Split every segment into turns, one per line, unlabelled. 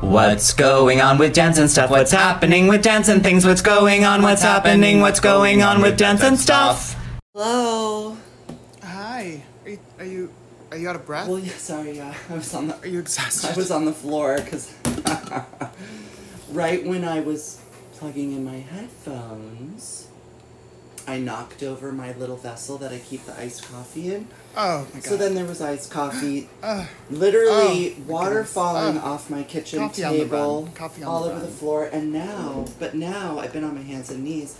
What's going on with Jensen stuff? What's happening with Jensen things? What's going on? What's happening? What's going on with Jensen stuff?
Hello.
Hi. Are you, are you are you out of breath?
Well, yeah, sorry. Yeah, I was on the.
Are you exhausted?
I was on the floor because right when I was plugging in my headphones, I knocked over my little vessel that I keep the iced coffee in.
oh my god.
So then there was iced coffee,
Ugh.
literally
Oh, my
water
goodness.
falling
Ugh.
off my kitchen
Coffee on the
table,
run. Coffee on
all
the
over the
run.
floor, and now, but now I've been on my hands and knees.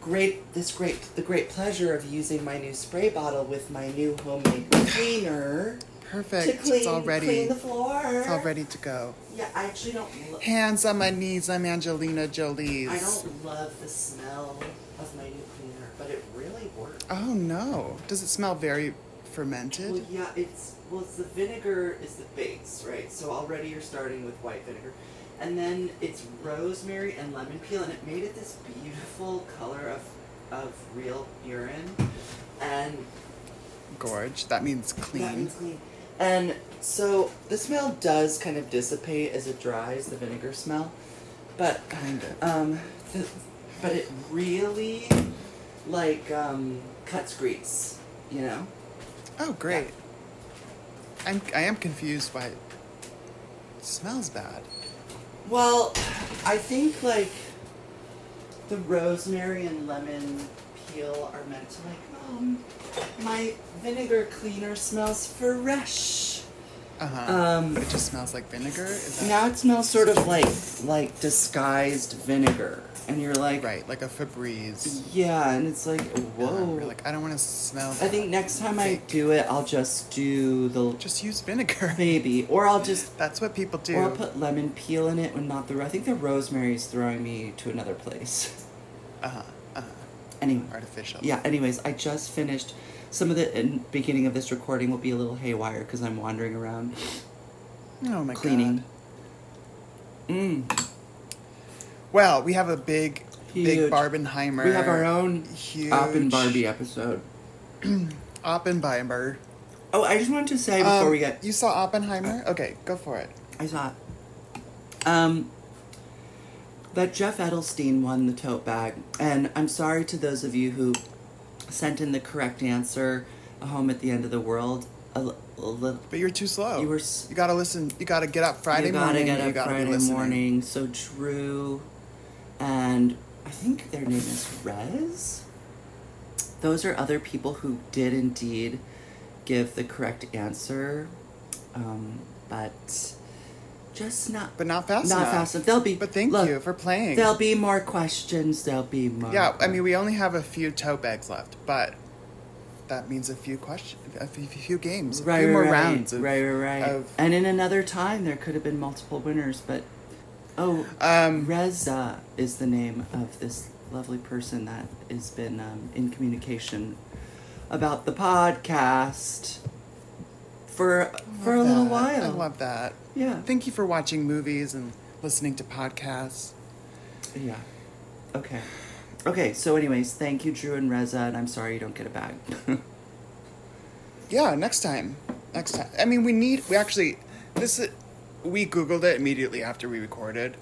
Great, this great, the great pleasure of using my new spray bottle with my new homemade cleaner to
perfect.
clean,
it's all ready.
clean the floor.
it's all ready to go.
Yeah, I actually don't. Lo-
Hands on my knees. I'm Angelina Jolie's.
I don't love the smell of my new cleaner, but it really works.
Oh no. Does it smell very
Well,
fermented?
yeah, it's well, it's the vinegar is the base, right? So already you're starting with white vinegar, and then it's rosemary and lemon peel, and it made it this beautiful color of of real urine, and
Gorge. That means
that
clean.
means clean. And so the smell does kind of dissipate as it dries, the vinegar smell, but
Kind of.
um, th- but it really like um, cuts grease, you know.
Oh great. I'm I am confused why it smells bad.
Well, I think like the rosemary and lemon peel are meant to like, um, my vinegar cleaner smells fresh.
Uh huh.
Um,
it just smells like vinegar. Is that
now it smells sort of like like disguised vinegar, and you're like,
right? Like a Febreze.
yeah, and it's like, whoa.
You're like I don't want to smell.
I think next time I do it, I'll just do the
Just use vinegar.
baby, or I'll just
That's what people do.
Or I'll put lemon peel in it when not the. I think the rosemary's throwing me to another place.
Uh huh. Uh huh.
Anyway,
Artificial.
yeah. Anyways, I just finished. Some of the in, beginning of this recording will be a little haywire because I'm wandering around
Oh my
cleaning.
god.
Mm.
Well, we have a big,
Huge.
big Barbenheimer.
We have our own
huge
Op and Barbie episode.
Oppenheimer.
Oh, I just wanted to say before
Um,
we get,
you saw Oppenheimer? Okay, go for it.
I saw it. Um, that Jeff Edelstein won the tote bag, and I'm sorry to those of you who sent in the correct answer, "A Home at the End of the World." A, l- a little,
But you're too slow.
You were s-
You gotta listen. You gotta get up Friday
you gotta
morning.
get
and
up
you gotta be
Friday
listening.
morning. So Drew, and I think their name is Rez. Those are other people who did indeed give the correct answer, um, but just not.
But not fast
not
enough.
fast enough. They'll be.
But thank
look,
you for playing.
There'll be more questions. There'll be more.
Yeah, I mean, we only have a few tote bags left, but that means a few questions, a few, few games, a
right,
few
right,
more
right,
rounds. Of,
right, right, right.
of-
and in another time, there could have been multiple winners, but oh,
Um,
Reza is the name of this lovely person that has been um, in communication about the podcast for for a
love
little
that.
while.
I love that.
Yeah.
Thank you for watching movies and listening to podcasts.
Yeah. Okay. Okay. So, anyways, thank you, Drew and Reza, and I'm sorry you don't get a bag.
Yeah, next time. Next time. I mean, we need. We actually. This. is- We Googled it immediately after we recorded,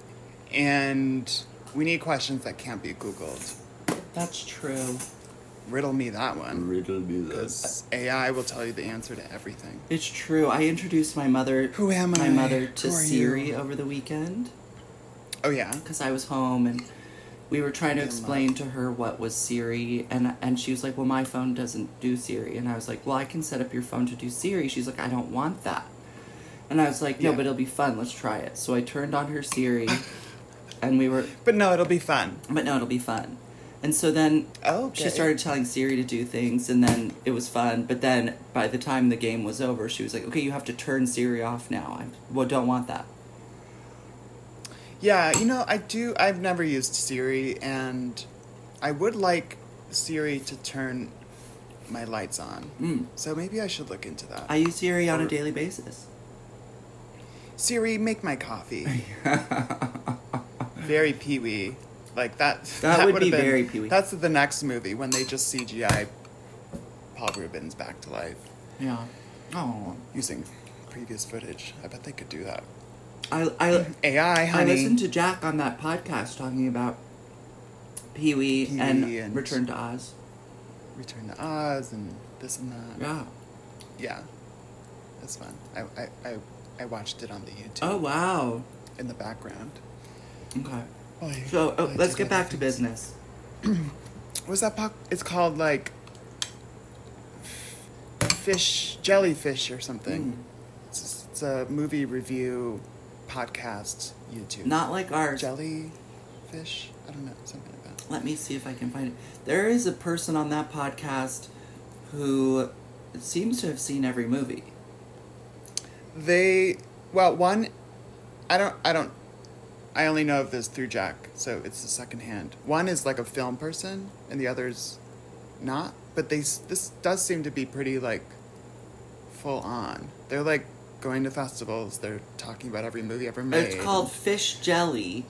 and we need questions that can't be Googled.
That's true.
Riddle me that one.
Riddle me
Because AI will tell you the answer to everything.
It's true. I introduced my mother.
Who am
My
I?
mother to
Who are
Siri
you?
over the weekend.
Oh yeah.
because I was home and we were trying to
Yeah,
explain to her what was Siri, and and she was like, "Well, my phone doesn't do Siri," and I was like, "Well, I can set up your phone to do Siri." She's like, "I don't want that," and I was like, "No,
Yeah.
but it'll be fun. Let's try it." So I turned on her Siri, and we were,
But no, it'll be fun. Oh,
but no, it'll be fun. And so then
Okay.
she started telling Siri to do things, and then it was fun. But then by the time the game was over, she was like, "Okay, you have to turn Siri off now." I well, don't want that.
Yeah, you know, I do. I've never used Siri, and I would like Siri to turn my lights on.
Mm.
So maybe I should look into that.
I use Siri on a daily basis.
Siri, make my coffee. Very Pee Wee, like that.
That would be
would've
very Pee Wee.
That's the next movie when they just CGI Paul Rubens back to life
Yeah. Oh.
using previous footage. I bet they could do that.
I, I,
AI,
Uh, I
honey.
listened to Jack on that podcast talking about Pee Wee
Pee-wee
and,
and-
Return to Oz.
Return to Oz and this and that.
Yeah.
Yeah. That's fun. I, I, I, I watched it on the YouTube
Oh wow.
in the background.
Okay.
Oh, yeah.
So
I
oh,
like
let's
do
get
that.
back to business.
What's that? Pop? It's called like fish, jellyfish, or something.
Mm.
It's, it's a movie review podcast YouTube.
Hmm. Not like ours.
jellyfish. I don't know something like that.
Let me see if I can find it. There is a person on that podcast who seems to have seen every movie.
They well one, I don't I don't, I only know of this through Jack, so it's the second hand. One is like a film person, and the other's not. But they s- this does seem to be pretty like full on. They're like going to festivals. They're talking about every movie ever made.
It's called Fish Jelly.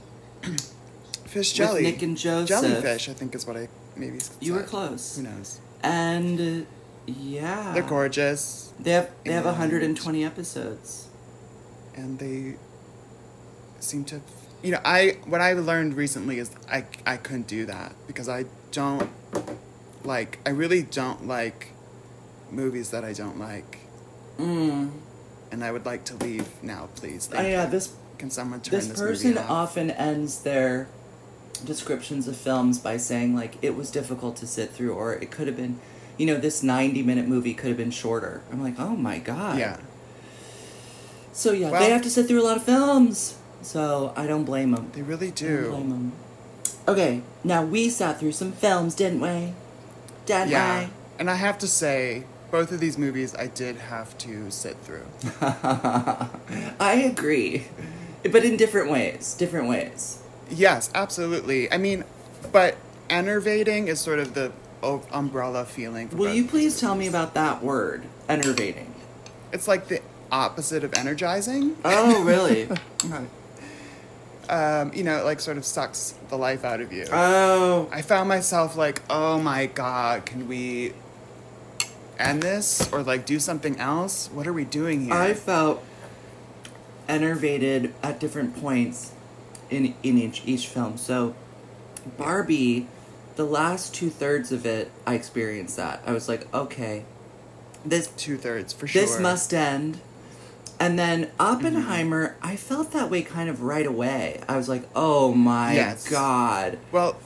Fish
with
Jelly.
Nick and Joseph.
Jellyfish, I think is what I maybe.
You were
said.
close.
Who knows?
And uh, yeah,
They're gorgeous,
They have they have
And-
120 episodes.
and they seem to. You know, I what I learned recently is I I couldn't do that because I don't like I really don't like movies that I don't like,
Mm.
and I would like to leave now, please.
Oh, yeah,
you.
this-
can someone turn
This
uh, this,
person
movie off?
often ends their descriptions of films by saying like it was difficult to sit through, or it could have been, you know, this 90 minute movie could have been shorter. I'm like, oh my god.
yeah,
So yeah,
Well-
they have to sit through a lot of films. So I don't blame them.
they really
I don't
do.
blame 'em. Okay, now we sat through some films, didn't we? Didn't
Yeah. And I have to say, both of these movies I did have to sit through.
I? I agree, but in different ways. Different ways.
yes, absolutely. I mean, but enervating is sort of the o- umbrella feeling. For
Will
both
you
these
please tell me
movies.
about that word, enervating?
It's like the opposite of energizing.
Oh, really?
Um, you know, it like sort of sucks the life out of you.
oh,
I found myself like, oh my god, can we end this or like do something else? What are we doing here?
I felt enervated at different points in in each each film. So, Barbie, the last two thirds of it, I experienced that. I was like, okay, this
Two thirds for sure.
this must end. And then Oppenheimer,
Mm-hmm.
I felt that way kind of right away. I was like, oh my
Yes.
god.
Well,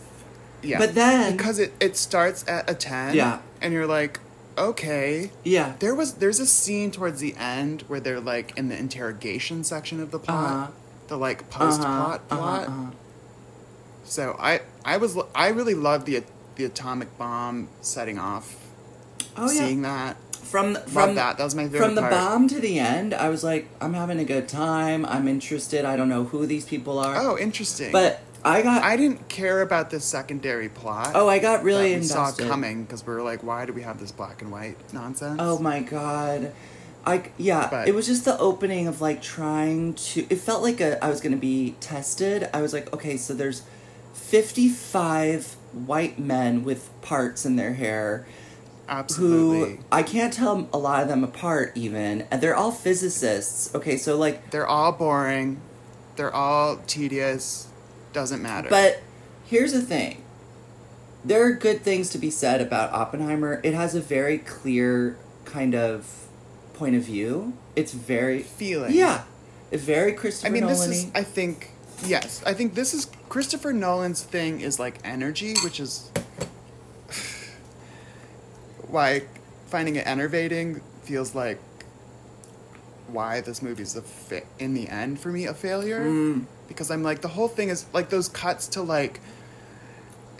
yeah.
But then-
because it it starts at a ten.
Yeah.
And you're like, okay.
Yeah.
There was there's a scene towards the end where they're like in the interrogation section of the plot,
Uh-huh.
the like post plot
Uh-huh,
plot.
uh-huh, uh-huh.
So I I was l- I really loved the the atomic bomb setting off.
Oh, yeah.
seeing that.
from from
that. That was my favorite
from the
part.
bomb to the end. I was like, I'm having a good time. I'm interested. I don't know who these people are.
Oh, interesting.
but I got
I didn't care about the secondary plot.
oh, I got really
that we saw
invested.
coming because we were like, why do we have this black and white nonsense?
Oh my god. I yeah,
But-
it was just the opening of like trying to it felt like a I was going to be tested. I was like, okay, so there's 55 white men with parts in their hair
absolutely.
who I can't tell a lot of them apart even. And they're all physicists. Okay, so like
They're all boring. They're all tedious. Doesn't matter.
But here's the thing. There are good things to be said about Oppenheimer. It has a very clear kind of point of view. It's very
Feeling.
Yeah. It's very Christopher
I mean, this
Nolan-y.
is. I think. Yes, I think this is Christopher Nolan's thing is like energy, which is why finding it enervating feels like why this movie's a fa- in the end for me a failure
Mm.
because I'm like the whole thing is like those cuts to like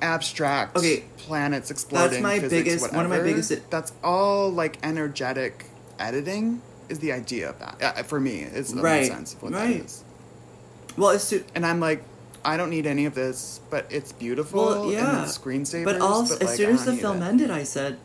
abstract
Okay.
planets exploding
my
physics,
biggest- one of my
whatever.
biggest-
that's all like energetic editing is the idea of that uh, for me is the
Right.
sense of what
Right.
that is
well, it's su-
and I'm like, I don't need any of this, but it's beautiful.
well, yeah.
And it's screensavers.
But also, as
like,
soon
I
as
don't
the
need
film
it.
ended, I said,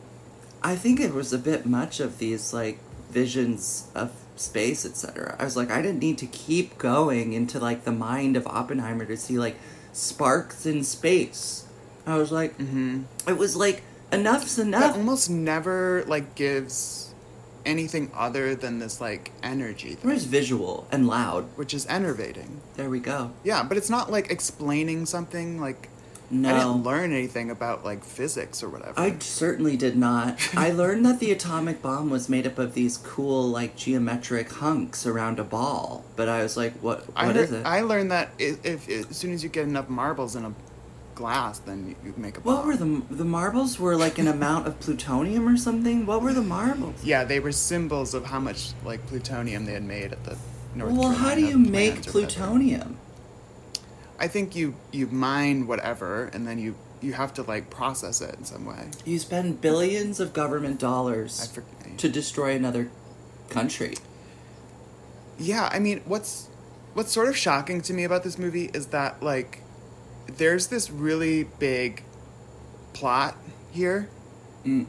I think it was a bit much of these like visions of space, etc. I was like, I didn't need to keep going into like the mind of Oppenheimer to see like sparks in space. I was like,
Mhm.
it was like enough's
that
enough.
almost never like gives anything other than this like energy, thing,
Where's visual and loud?
which is enervating.
There we go.
Yeah, but it's not like explaining something. Like
No.
I didn't learn anything about like physics or whatever.
I certainly did not. I learned that the atomic bomb was made up of these cool, like, geometric hunks around a ball. But I was like, what?
I
What
lear-
is it?
I learned that i- if, as soon as you get enough marbles in a glass, then you, you make a.
what
bomb.
were the the marbles? Were like an amount of plutonium or something? What were the marbles?
Yeah, they were symbols of how much like plutonium they had made at the North.
well, how do
Carolina
you make
plant or whatever.
plutonium?
I think you you mine whatever, and then you you have to like process it in some way.
You spend billions of government
I
dollars
forget.
to destroy another country.
yeah, I mean, what's what's sort of shocking to me about this movie is that like there's this really big plot here,
Mm.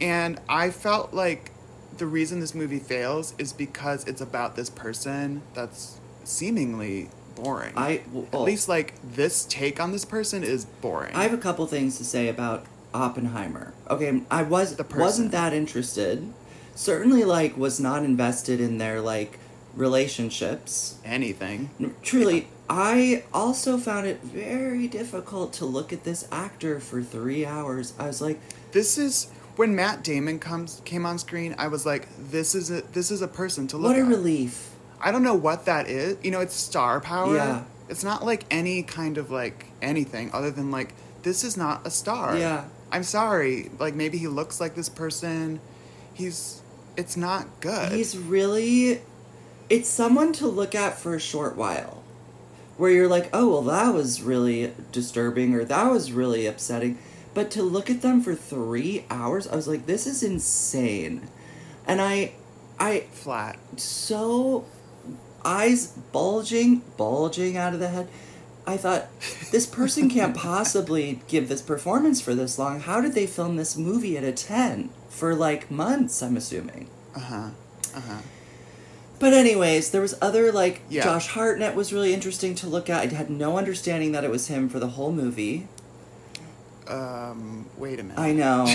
and I felt like the reason this movie fails is because it's about this person that's seemingly boring.
I oh. well,
At least, like, this take on this person is boring.
I have a couple things to say about Oppenheimer. Okay, I was
The person.
wasn't that interested. Certainly, like, was not invested in their like relationships.
Anything.
N- Truly, I also found it very difficult to look at this actor for three hours. I was like,
This is when Matt Damon comes came on screen. I was like, this is a this is a person to look
what a
at.
relief.
I don't know what that is. You know, it's star power.
Yeah.
It's not like any kind of like anything other than like this is not a star.
Yeah.
I'm sorry. Like maybe he looks like this person. He's it's not good.
He's really. It's someone to look at for a short while. Where you're like, oh, well, that was really disturbing or that was really upsetting. But to look at them for three hours, I was like, this is insane. And I. I.
flat.
So. Eyes bulging, bulging out of the head. I thought, this person can't possibly give this performance for this long. How did they film this movie at a 10 for like months, I'm assuming?
Uh-huh. Uh-huh.
But anyways, there was other like
Yeah.
Josh Hartnett was really interesting to look at. I had no understanding that it was him for the whole movie.
Um wait a minute.
I know,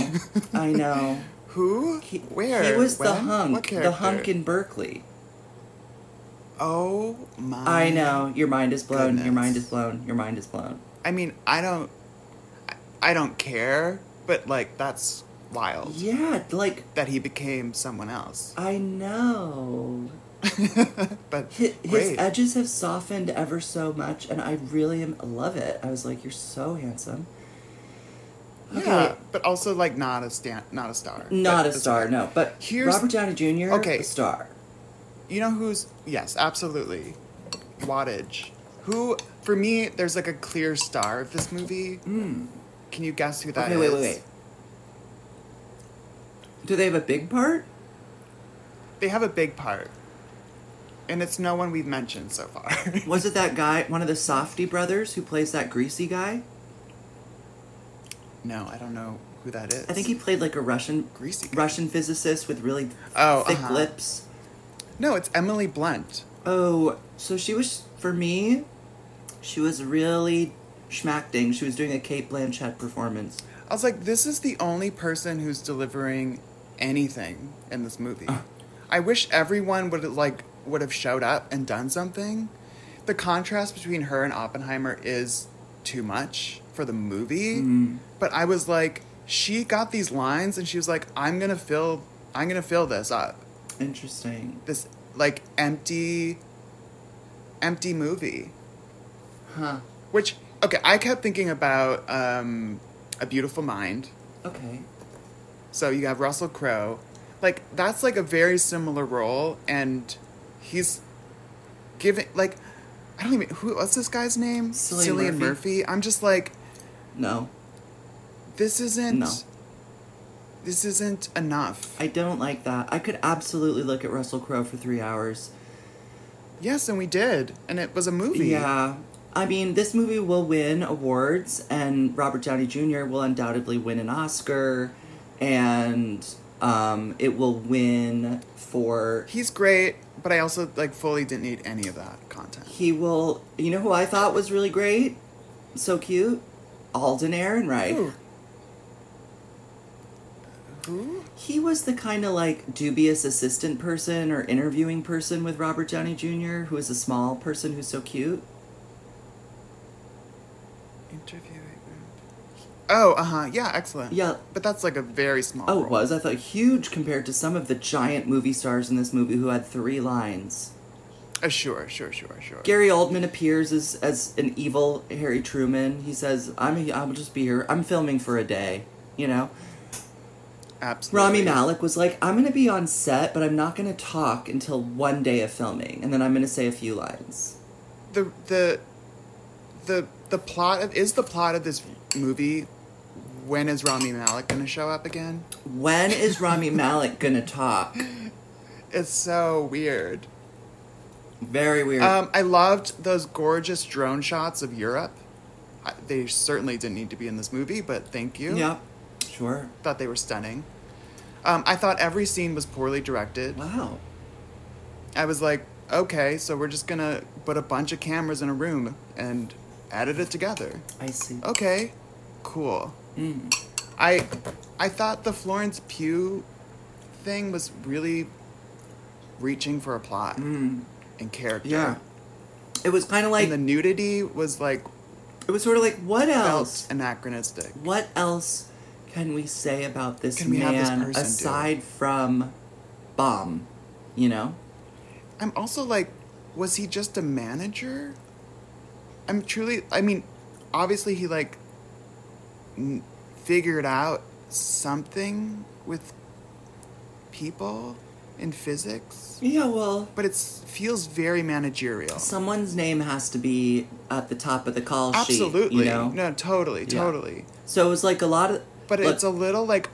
I know.
Who?
He,
Where?
he was the
When? What
hunk, the
character?
hunk in Berkeley.
Oh my!
I know. Your mind is blown. Your
goodness.
mind is blown. Your mind is blown.
I mean, I don't, I- I don't care, but like that's wild
Yeah, like
that he became someone else.
I know.
but
His, his
wait,
edges have softened ever so much, and I really am love it. I was like, you're so handsome.
yeah, but also like not a stan, not a star,
Not
But
a
it's
star,
okay.
no. But
Here's-
Robert Downey Jr.
Okay.
a star.
You know who's? Yes, absolutely. Wattage. Who? For me, there's like a clear star of this movie.
Mm.
Can you guess who that
okay,
is?
wait, wait, wait. Do they have a big part?
They have a big part, and it's no one we've mentioned so far.
Was it that guy, one of the Softy brothers, who plays that greasy guy?
no, I don't know who that is.
I think he played like a Russian
greasy. guy.
Russian physicist with really
Oh,
thick
uh-huh.
lips.
No, it's Emily Blunt.
Oh, so she was for me. She was really schmacting. She was doing a Kate Blanchett performance.
I was like, this is the only person who's delivering anything in this movie. I wish everyone would have like would have showed up and done something. The contrast between her and Oppenheimer is too much for the movie.
Mm.
But I was like, she got these lines and she was like, I'm gonna fill I'm gonna fill this up.
Interesting,
This like empty empty movie.
huh?
Which okay, I kept thinking about um, A Beautiful Mind.
Okay.
So you have Russell Crowe. Like that's like a very similar role and he's giving like I don't even who what's this guy's name?
Cillian
Cillian
Murphy.
I'm just like
No,
this isn't
No.
this isn't enough.
I don't like that. I could absolutely look at Russell Crowe for three hours.
yes, and we did. And it was a movie.
Yeah. I mean, this movie will win awards, and Robert Downey Jr. will undoubtedly win an Oscar, and um, it will win for.
He's great, but I also like fully didn't need any of that content.
He will. You know who I thought was really great? So cute? Alden Ehrenreich.
Ooh. Who?
He was the kind of like dubious assistant person or interviewing person with Robert Downey Jr., who is a small person who's so cute.
Interviewing. Oh, uh huh. Yeah, excellent.
Yeah.
But that's like a very small.
Oh, it
role.
was. I thought huge compared to some of the giant movie stars in this movie who had three lines.
Uh, sure, sure, sure, sure.
Gary Oldman appears as, as an evil Harry Truman. He says, "I'm I'll just be here. I'm filming for a day." You know,
Absolutely.
Rami Malik was like, "I'm going to be on set, but I'm not going to talk until one day of filming, and then I'm going to say a few lines."
The the the the plot of is the plot of this movie. When is Rami Malik gonna show up again?
When is Rami Malik going to talk?
It's so weird.
Very weird.
Um, I loved those gorgeous drone shots of Europe. I, they certainly didn't need to be in this movie, but thank you.
yeah, sure.
Thought they were stunning. Um, I thought every scene was poorly directed.
Wow.
I was like, okay, so we're just gonna put a bunch of cameras in a room and edit it together.
I see.
Okay, cool.
Mm.
I I thought the Florence Pugh thing was really reaching for a plot
Mm.
and character.
Yeah. It was kind of like
and the nudity was like
it was sort of like what else?
felt anachronistic.
What else can we say about this
Can we have this
man
person do it?
aside from bomb? You know,
I'm also like, was he just a manager? I'm truly. I mean, obviously he like n- figured out something with people in physics,
yeah. Well,
but it feels very managerial.
someone's name has to be at the top of the call sheet.
Absolutely.
you know.
No, totally,
Yeah.
totally.
So it was like a lot of.
But
Look,
it's a little like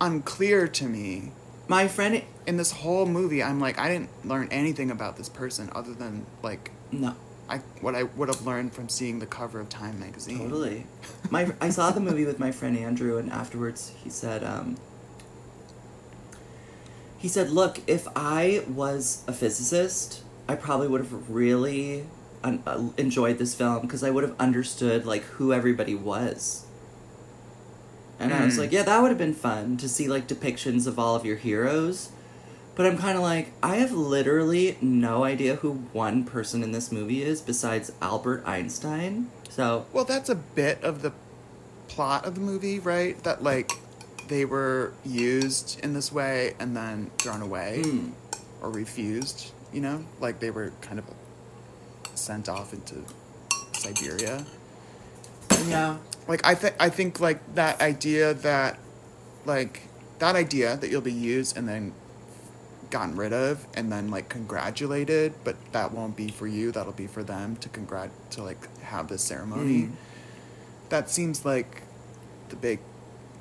unclear to me.
my friend.
In this whole movie, I'm like, I didn't learn anything about this person other than like
No,
I what I would have learned from seeing the cover of Time magazine.
totally. My I saw the movie with my friend Andrew, and afterwards he said. um he said, "Look, if I was a physicist, I probably would have really un- uh, enjoyed this film because I would have understood like who everybody was." And I was
Mm.
like, "Yeah, that would have been fun to see like depictions of all of your heroes." But I'm kind of like, I have literally no idea who one person in this movie is besides Albert Einstein. So,
Well, that's a bit of the plot of the movie, right? That like they were used in this way and then thrown away
mm,
or refused, you know? Like they were kind of sent off into Siberia.
yeah,
Like I think I think like that idea that like that idea that you'll be used and then gotten rid of and then like congratulated, but that won't be for you, that'll be for them to congrat to like have this ceremony.
Mm.
That seems like the big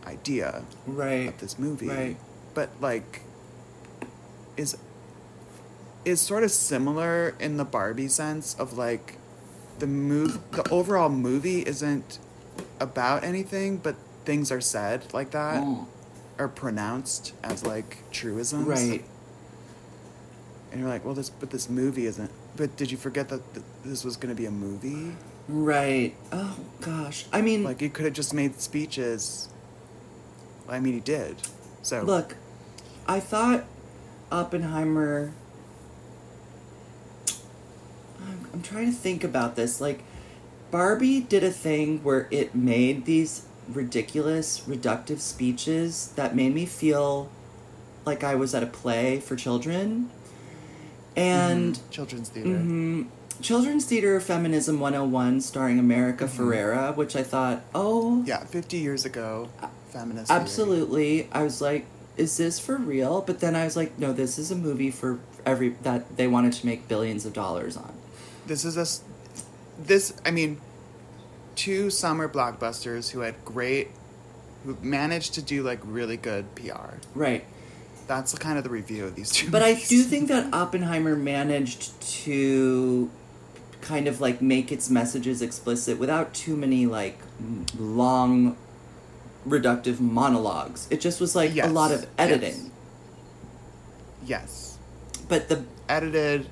idea
right.
of this movie.
Right.
But like is is sort of similar in the Barbie sense of like the move the overall movie isn't about anything but things are said like that
Mm,
or pronounced as like truisms.
right.
And you're like, well this but this movie isn't but did you forget that th- this was going to be a movie?
Right. Oh gosh. I mean,
Like it could have just made speeches. I mean he did. So
look, I thought Oppenheimer. I'm, I'm trying to think about this. Like, Barbie did a thing where it made these ridiculous, reductive speeches that made me feel like I was at a play for children. And
Mhm. children's theater.
hmm Children's Theater Feminism 101 starring America Ferrera, which I thought, oh,
Mm-hmm. Yeah, 50 years ago, feminist. theory.
absolutely. I was like, is this for real? But then I was like, no, this is a movie for every that they wanted to make billions of dollars on.
This is a. s- This, I mean, two summer blockbusters who had great. who managed to do, like, really good PR.
Right.
That's kind of the review of these two.
But I
movies.
do think that Oppenheimer managed to kind of like make its messages explicit without too many like m- long reductive monologues. It just was like a
Yes.
lot of
Yes.
editing.
Yes.
But the
Edited.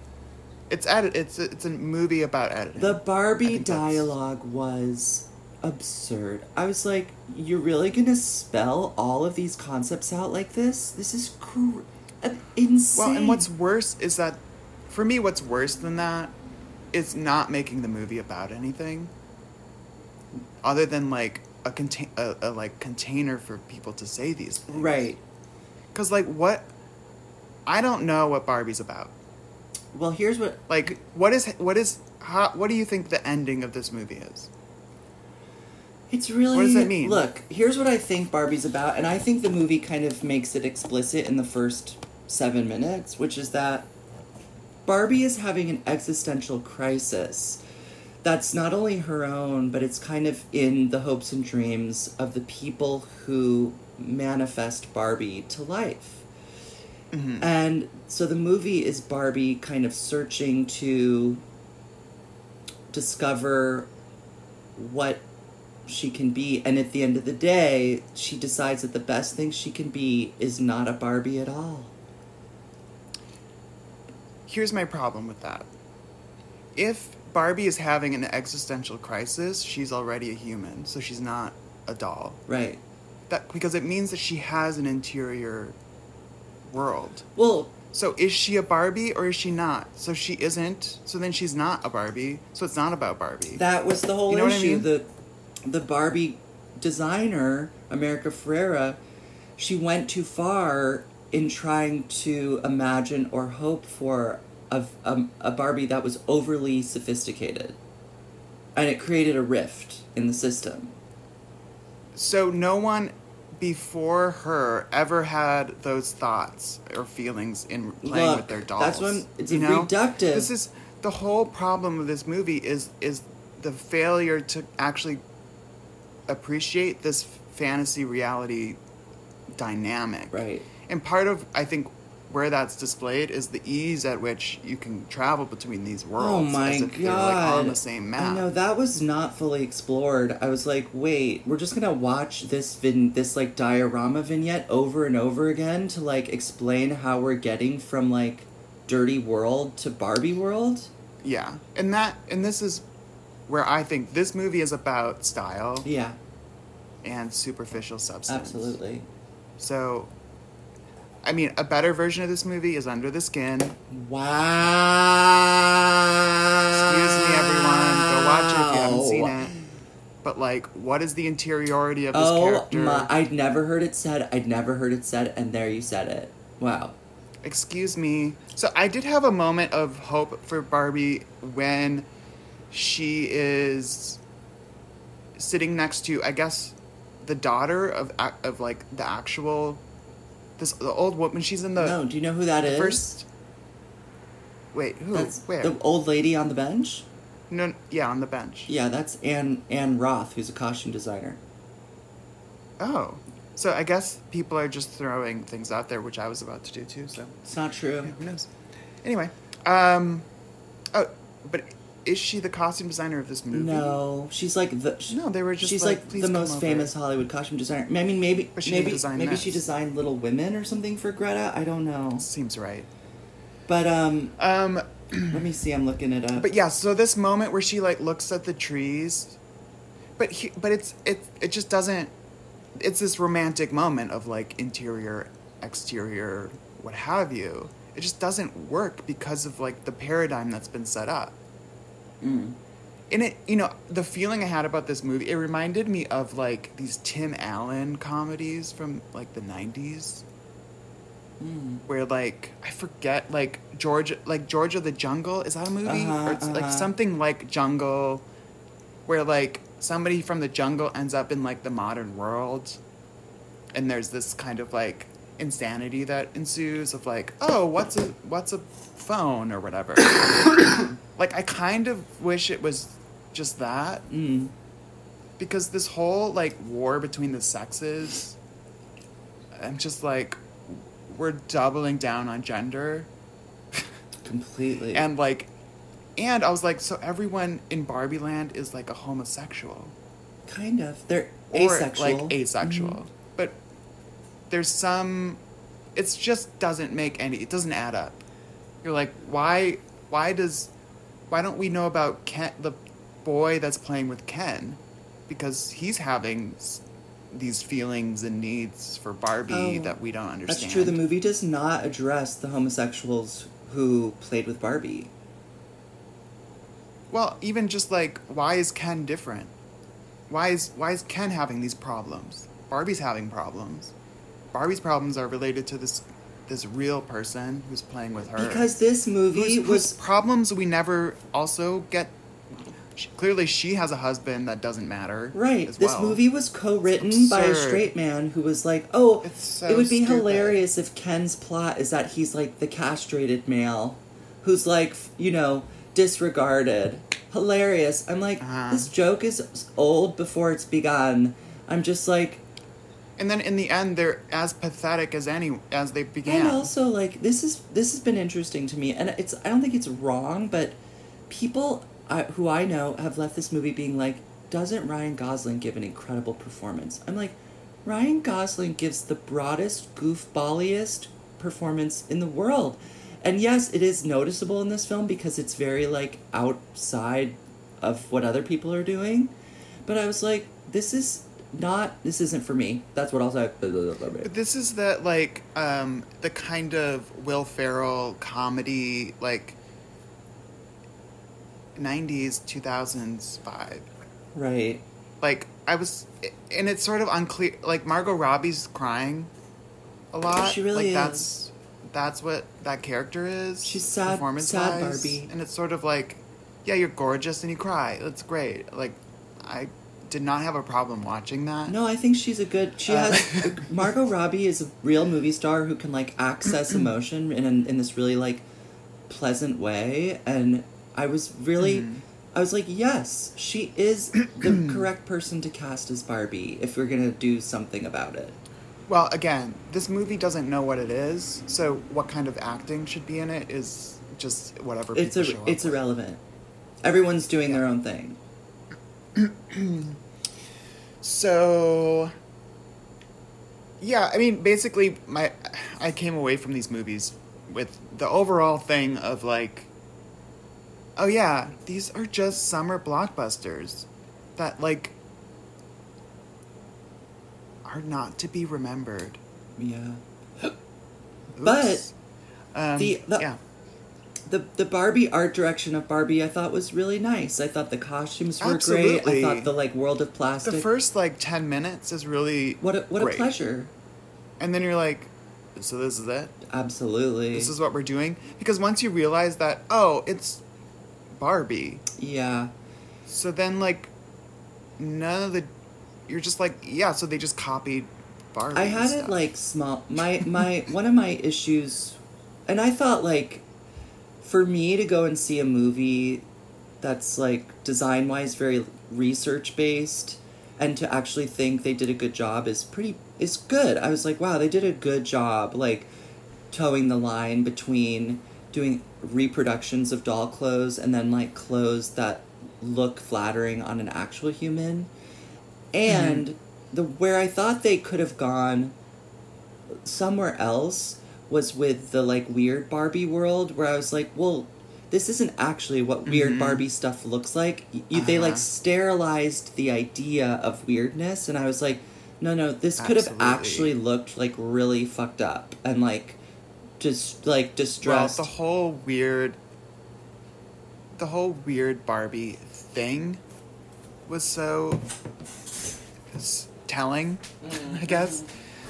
It's edit. It's a, it's a movie about editing.
The Barbie
think that's-
dialogue was absurd. I was like, you're really gonna spell all of these concepts out like this? This is cr- uh, insane.
Well, and what's worse is that, for me, what's worse than that is not making the movie about anything, other than like a contain a, a like container for people to say these things.
right?
Because like what, I don't know what Barbie's about.
Well, here's what
Like what is what is how, what do you think the ending of this movie is?
It's really.
What does that mean?
Look, here's what I think Barbie's about, and I think the movie kind of makes it explicit in the first seven minutes, which is that Barbie is having an existential crisis that's not only her own, but it's kind of in the hopes and dreams of the people who manifest Barbie to life.
Mm-hmm.
And so the movie is Barbie kind of searching to discover what she can be. And at the end of the day, she decides that the best thing she can be is not a Barbie at all.
Here's my problem with that. If Barbie is having an existential crisis, she's already a human, so she's not a doll.
Right.
That because it means that she has an interior world.
Well,
So is she a Barbie or is she not? So she isn't. So then she's not a Barbie. So it's not about Barbie.
that was the whole
You know what I
issue.
mean?
The the Barbie designer, America Ferrera, she went too far in trying to imagine or hope for a, a, a Barbie that was overly sophisticated. And it created a rift in the system.
so no one before her ever had those thoughts or feelings in playing
Look,
with their dolls.
that's what I'm- it's
you know?
reductive.
This is the whole problem of this movie is is the failure to actually appreciate this fantasy reality dynamic.
Right.
And part of I think where that's displayed is the ease at which you can travel between these worlds.
Oh my
as if
god!
They're like on the same map.
I know that was not fully explored. I was like, wait, we're just gonna watch this vin, this like diorama vignette over and over again to like explain how we're getting from like dirty world to Barbie world.
Yeah. And that and this is where I think this movie is about style
Yeah,
and superficial substance.
absolutely.
So I mean, a better version of this movie is Under the Skin. Excuse
Wow.
me everyone, go watch it if you haven't seen it. But like, what is the interiority of this
Oh
character?
my! I'd never heard it said. I'd never heard it said, and there you said it. Wow.
excuse me. So I did have a moment of hope for Barbie when she is sitting next to, I guess, the daughter of ac- of like the actual this the old woman. She's in the
no, do you know who that is?
first. Wait, who?
That's
Where?
the old lady on the bench.
no, n- yeah, on the bench.
Yeah, that's Anne Anne Roth, who's a costume designer.
Oh, so I guess people are just throwing things out there, which I was about to do too. So.
It's not
Yeah,
true.
who knows? Anyway, um, oh, but is she the costume designer of this movie?
No, she's like the. sh-
No, they were just
She's
like,
like,
"Please
the
come
most
over."
famous Hollywood costume designer. I mean, maybe
But she didn't
maybe
design
maybe
this.
she designed Little Women or something for Greta. I don't know.
Seems right.
But um,
Um,
let me see. I'm looking it up.
but yeah, so this moment where she like looks at the trees, but he, but it's it it just doesn't. It's this romantic moment of like interior, exterior, what have you. It just doesn't work because of like the paradigm that's been set up.
Mm.
And it, you know, the feeling I had about this movie, it reminded me of like these Tim Allen comedies from like the 90s
Mm.
where like I forget like George like George of the Jungle is that a movie
Uh-huh,
or it's like
uh-huh.
something like Jungle where like somebody from the jungle ends up in like the modern world and there's this kind of like insanity that ensues of like oh what's a what's a phone or whatever like I kind of wish it was just that
Mm.
because this whole like war between the sexes i'm just like we're doubling down on gender
Completely.
and like and i was like so everyone in barbie land is like a homosexual
kind of. They're
or
asexual. Mm-hmm.
like asexual but there's some it's just doesn't make any it doesn't add up you're like why why does why don't we know about ken the boy that's playing with ken because he's having s- these feelings and needs for Barbie
Oh,
that we don't understand.
That's true. The movie does not address the homosexuals who played with Barbie.
Well, even just like why is Ken different? Why is why is Ken having these problems? Barbie's having problems. Barbie's problems are related to this this real person who's playing with her.
Because this
whose,
movie
whose
was
problems we never also get. She, clearly, she has a husband that doesn't matter.
right.
as
This
well.
movie was co-written by a
absurd.
straight man who was like, "Oh,
It's so
it would be
stupid.
hilarious if Ken's plot is that he's like the castrated male, who's like, f- you know, disregarded." Hilarious. I'm like,
Uh-huh.
this joke is s- old before it's begun. I'm just like,
And then in the end, they're as pathetic as any as they began.
And also, like this is this has been interesting to me, and it's I don't think it's wrong, but people I, who I know have left this movie being like, doesn't Ryan Gosling give an incredible performance? I'm like, Ryan Gosling gives the broadest, goofballiest performance in the world, and yes, it is noticeable in this film because it's very like outside of what other people are doing, but I was like, this is not this isn't for me. That's what I'll say.
But this is that like um, the kind of Will Ferrell comedy like '90s 2000s vibe.
Right.
Like I was, and it's sort of unclear. Like Margot Robbie's crying a lot.
She really
like,
is.
That's that's what that character is.
She's sad- sad
performance-wise.
Barbie.
and it's sort of like, yeah, you're gorgeous and you cry. That's great. Like I did not have a problem watching that.
No, I think she's a good. She
Uh,
has Margot Robbie is a real movie star who can like access emotion in in this really like pleasant way, and I was really,
Mm-hmm.
I was like, yes, she is the correct person to cast as Barbie if we're gonna do something about it.
Well, again, this movie doesn't know what it is, so what kind of acting should be in it is just whatever.
It's
people show
a
up
it's
with.
irrelevant. Everyone's doing their own thing.
So, yeah, I mean, basically, my I came away from these movies with the overall thing of like, oh yeah, these are just summer blockbusters that like are not to be remembered.
Yeah. But
Oops. um,
the- the-
yeah,
the the Barbie art direction of Barbie I thought was really nice. I thought the costumes were
Absolutely.
great. I thought the like world of
the
plastic.
first like ten minutes is really
what a, what
great.
a pleasure.
and then you're like, so this is it.
Absolutely.
This is what we're doing because once you realize that, oh, it's Barbie.
yeah.
So then, like, none of the. You're just like, yeah, so they just copied Barbie.
I had
stuff.
it like small. My my one of my issues, and I thought like, for me to go and see a movie, that's like design wise very research based, and to actually think they did a good job is pretty is good. I was like, wow, they did a good job. Like, towing the line between doing reproductions of doll clothes and then like clothes that look flattering on an actual human and
Mm-hmm.
the where i thought they could have gone somewhere else was with the like weird barbie world where i was like well this isn't actually what weird barbie stuff looks like Y- you, they
Mm-hmm. Uh-huh.
like sterilized the idea of weirdness and i was like no no this could have
Absolutely.
actually looked like really fucked up and like just like
Well,
distressed
the whole weird. The whole weird Barbie thing was so s- telling,
Mm-hmm.
I guess.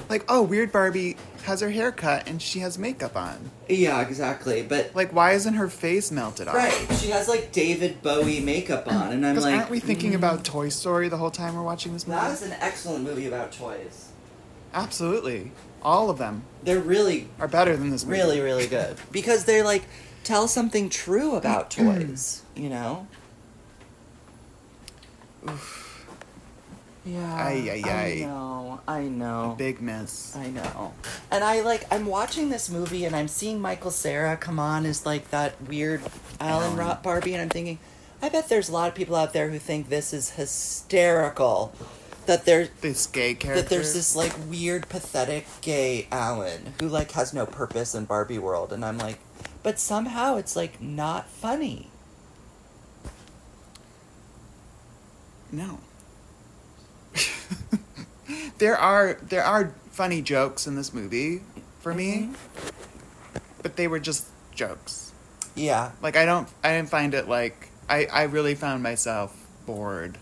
Like, oh, weird Barbie has her hair cut and she has makeup on.
yeah exactly but
Like, why isn't her face melted off?
right she has like david bowie makeup on and i'm
Because
like mm-hmm. "Mm,
aren't we thinking about Toy Story the whole time we're watching this movie?
that is an excellent movie about toys
Absolutely. All of them
they're really
are better than this movie.
really really good because they're like tell something true about toys you know yeah
Ay, ay, ay.
i know i know
Big miss.
I know. And I like I'm watching this movie and I'm seeing Michael Sarah come on as like that weird Alan Rott Barbie and I'm thinking, I bet there's a lot of people out there who think this is hysterical. That there
This gay character.
that there's this like weird pathetic gay Alan who like has no purpose in Barbie world and I'm like but somehow it's like not funny.
No. there are there are funny jokes in this movie for me,
Mm-hmm.
but they were just jokes.
Yeah.
Like I don't I didn't find it like I I really found myself bored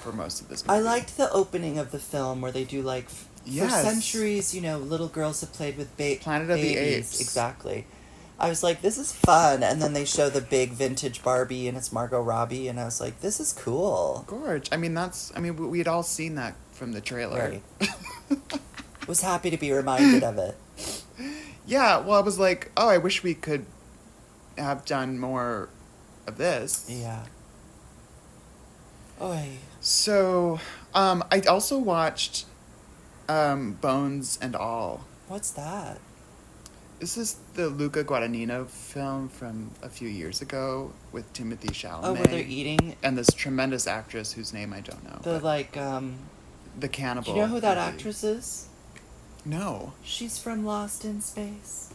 for most of this movie.
I liked the opening of the film where they do like f-
Yes.
for centuries, you know, little girls have played with ba-
Planet of the
babies.
Apes.
Exactly. I was like, this is fun, and then they show the big vintage Barbie and it's Margot Robbie, and I was like, this is cool.
Gorge. I mean that's I mean we- we had all seen that from the trailer.
Right. was happy to be reminded of it.
Yeah, well, I was like, oh, I wish we could have done more of this.
Yeah. Oy.
So, um, I also watched um, Bones and All.
What's that?
This is the Luca Guadagnino film from a few years ago with Timothy Chalamet.
Oh, where they're eating
and this tremendous actress whose name I don't know.
the
but
like. um...
the
Do
cannibal.
you know who that
movie.
actress is?
No.
She's from Lost in Space,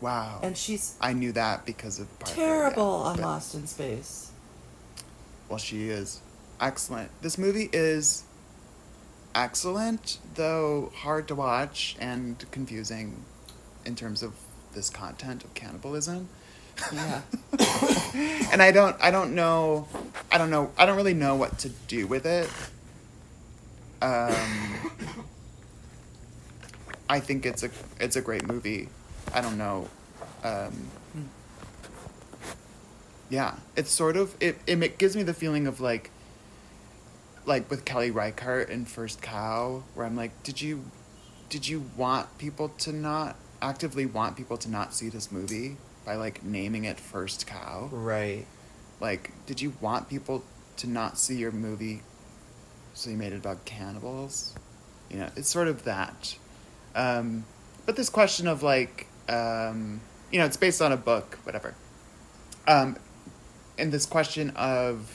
Wow.
and she's
I knew that because of Parker, yeah,
terrible on
but-
Lost in Space.
Well, she is excellent. This movie is excellent, though hard to watch and confusing in terms of this content of cannibalism.
Yeah.
And I don't I don't know I don't know I don't really know what to do with it. Um I think it's a it's a great movie. I don't know. Um Yeah, it's sort of it, it ma- gives me the feeling of like like with Kelly Reichardt in First Cow, where I'm like, did you did you want people to not actively want people to not see this movie by like naming it First Cow?
Right.
Like, did you want people to not see your movie so you made it about cannibals? You know, it's sort of that. Um, but this question of like, um, you know, it's based on a book, whatever. Um, and this question of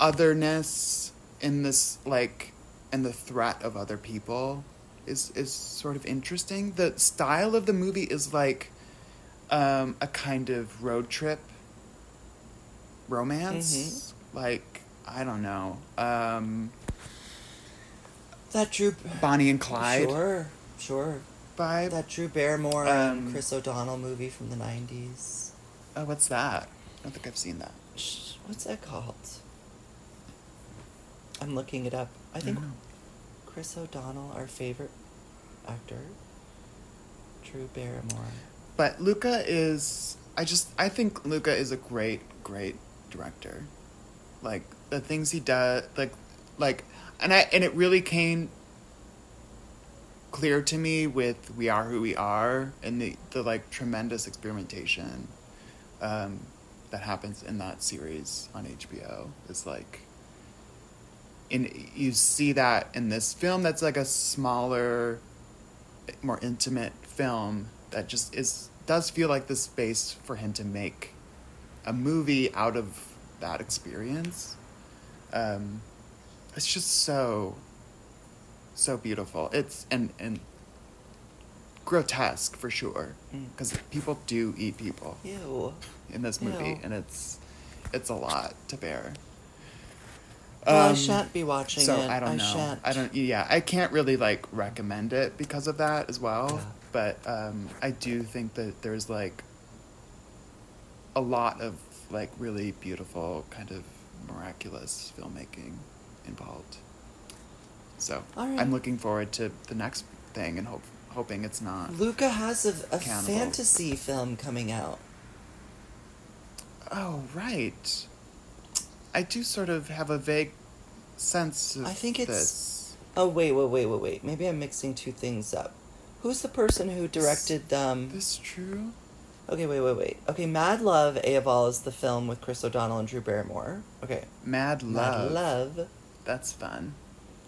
otherness in this like and the threat of other people is is sort of interesting. The style of the movie is like um, a kind of road trip romance. Like I don't know, um,
That Drew.
Bonnie and Clyde
Sure, sure.
vibe.
That Drew Barrymore
Um,
and Chris O'Donnell movie from the '90s.
oh, what's that? I don't think I've seen that.
Sh- What's that called? I'm looking it up. I think
don't know.
Chris O'Donnell, our favorite actor, Drew Barrymore.
But Luca is I just I think Luca is a great great director. Like the things he does like like and I and it really came clear to me with We Are Who We Are and the the like tremendous experimentation um that happens in that series on HBO is like and you see that in this film that's like a smaller more intimate film that just is does feel like the space for him to make a movie out of that experience. Um, it's just so so beautiful. It's and and grotesque for sure
Mm.
because people do eat people
Ew.
in this movie,
Ew.
and it's it's a lot to bear.
well, I
Um,
shan't be watching
so
it.
I don't know.
shan't.
I don't. Yeah, I can't really like recommend it because of that as well.
Yeah.
But um, I do think that there's like a lot of like really beautiful kind of miraculous filmmaking involved. So
All right.
I'm looking forward to the next thing and hope hoping it's not.
Luca has a, a
Cannibal.
fantasy film coming out.
Oh right, I do sort of have a vague sense of
I think it's-
this.
Oh wait, wait, wait, wait, wait. Maybe I'm mixing two things up. Who's the person who directed um
This true.
Okay, wait, wait, wait. Okay, Mad Love, A of All, is the film with Chris O'Donnell and Drew Barrymore. Okay.
Mad love.
Mad Love.
That's fun.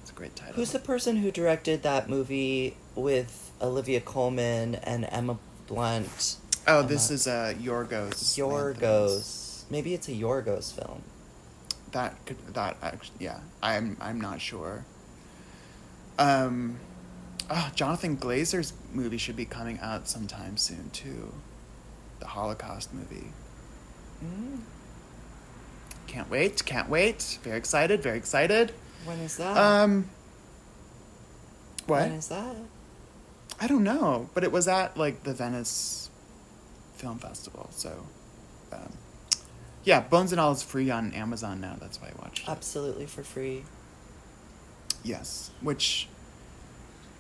It's a great title.
Who's the person who directed that movie with Olivia Colman and Emma Blunt?
Oh,
Emma-
this is uh, Yorgos. Lanthimos.
Yorgos. Maybe it's a Yorgos film.
That could that actually yeah. I'm I'm not sure. Um, oh, Jonathan Glazer's movie should be coming out sometime soon
Hmm,
too. The Holocaust movie.
Mm.
Can't wait, can't wait. Very excited, very excited.
When is that?
Um, what?
When is that?
I don't know, but it was at like the Venice Film Festival. So, um, yeah, Bones and All is free on Amazon now. That's why I watched. it.
Absolutely for free.
Yes, which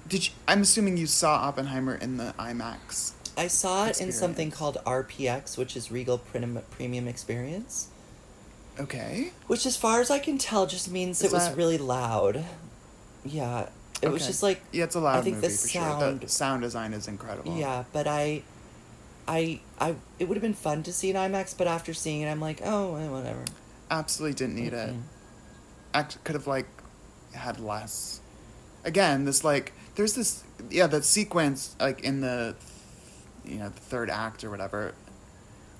did you, I'm assuming you saw Oppenheimer in the IMAX.
I saw it in something
Experience.
called RPX, which is Regal Prim- Premium Experience,
Okay.
which, as far as I can tell, just means
Is
it was
that-
really loud. Yeah, it was
Okay.
just like
yeah, it's a loud
I think
movie
the
for sure. The
sound-
sound design is incredible.
Yeah, but I, I, I. It would have been fun to see an IMAX, but after seeing it, I'm like, oh, eh, whatever.
absolutely didn't need it.
Mhm.
Act could have like had less. Again, this like there's this yeah that sequence like in the you know the third act or whatever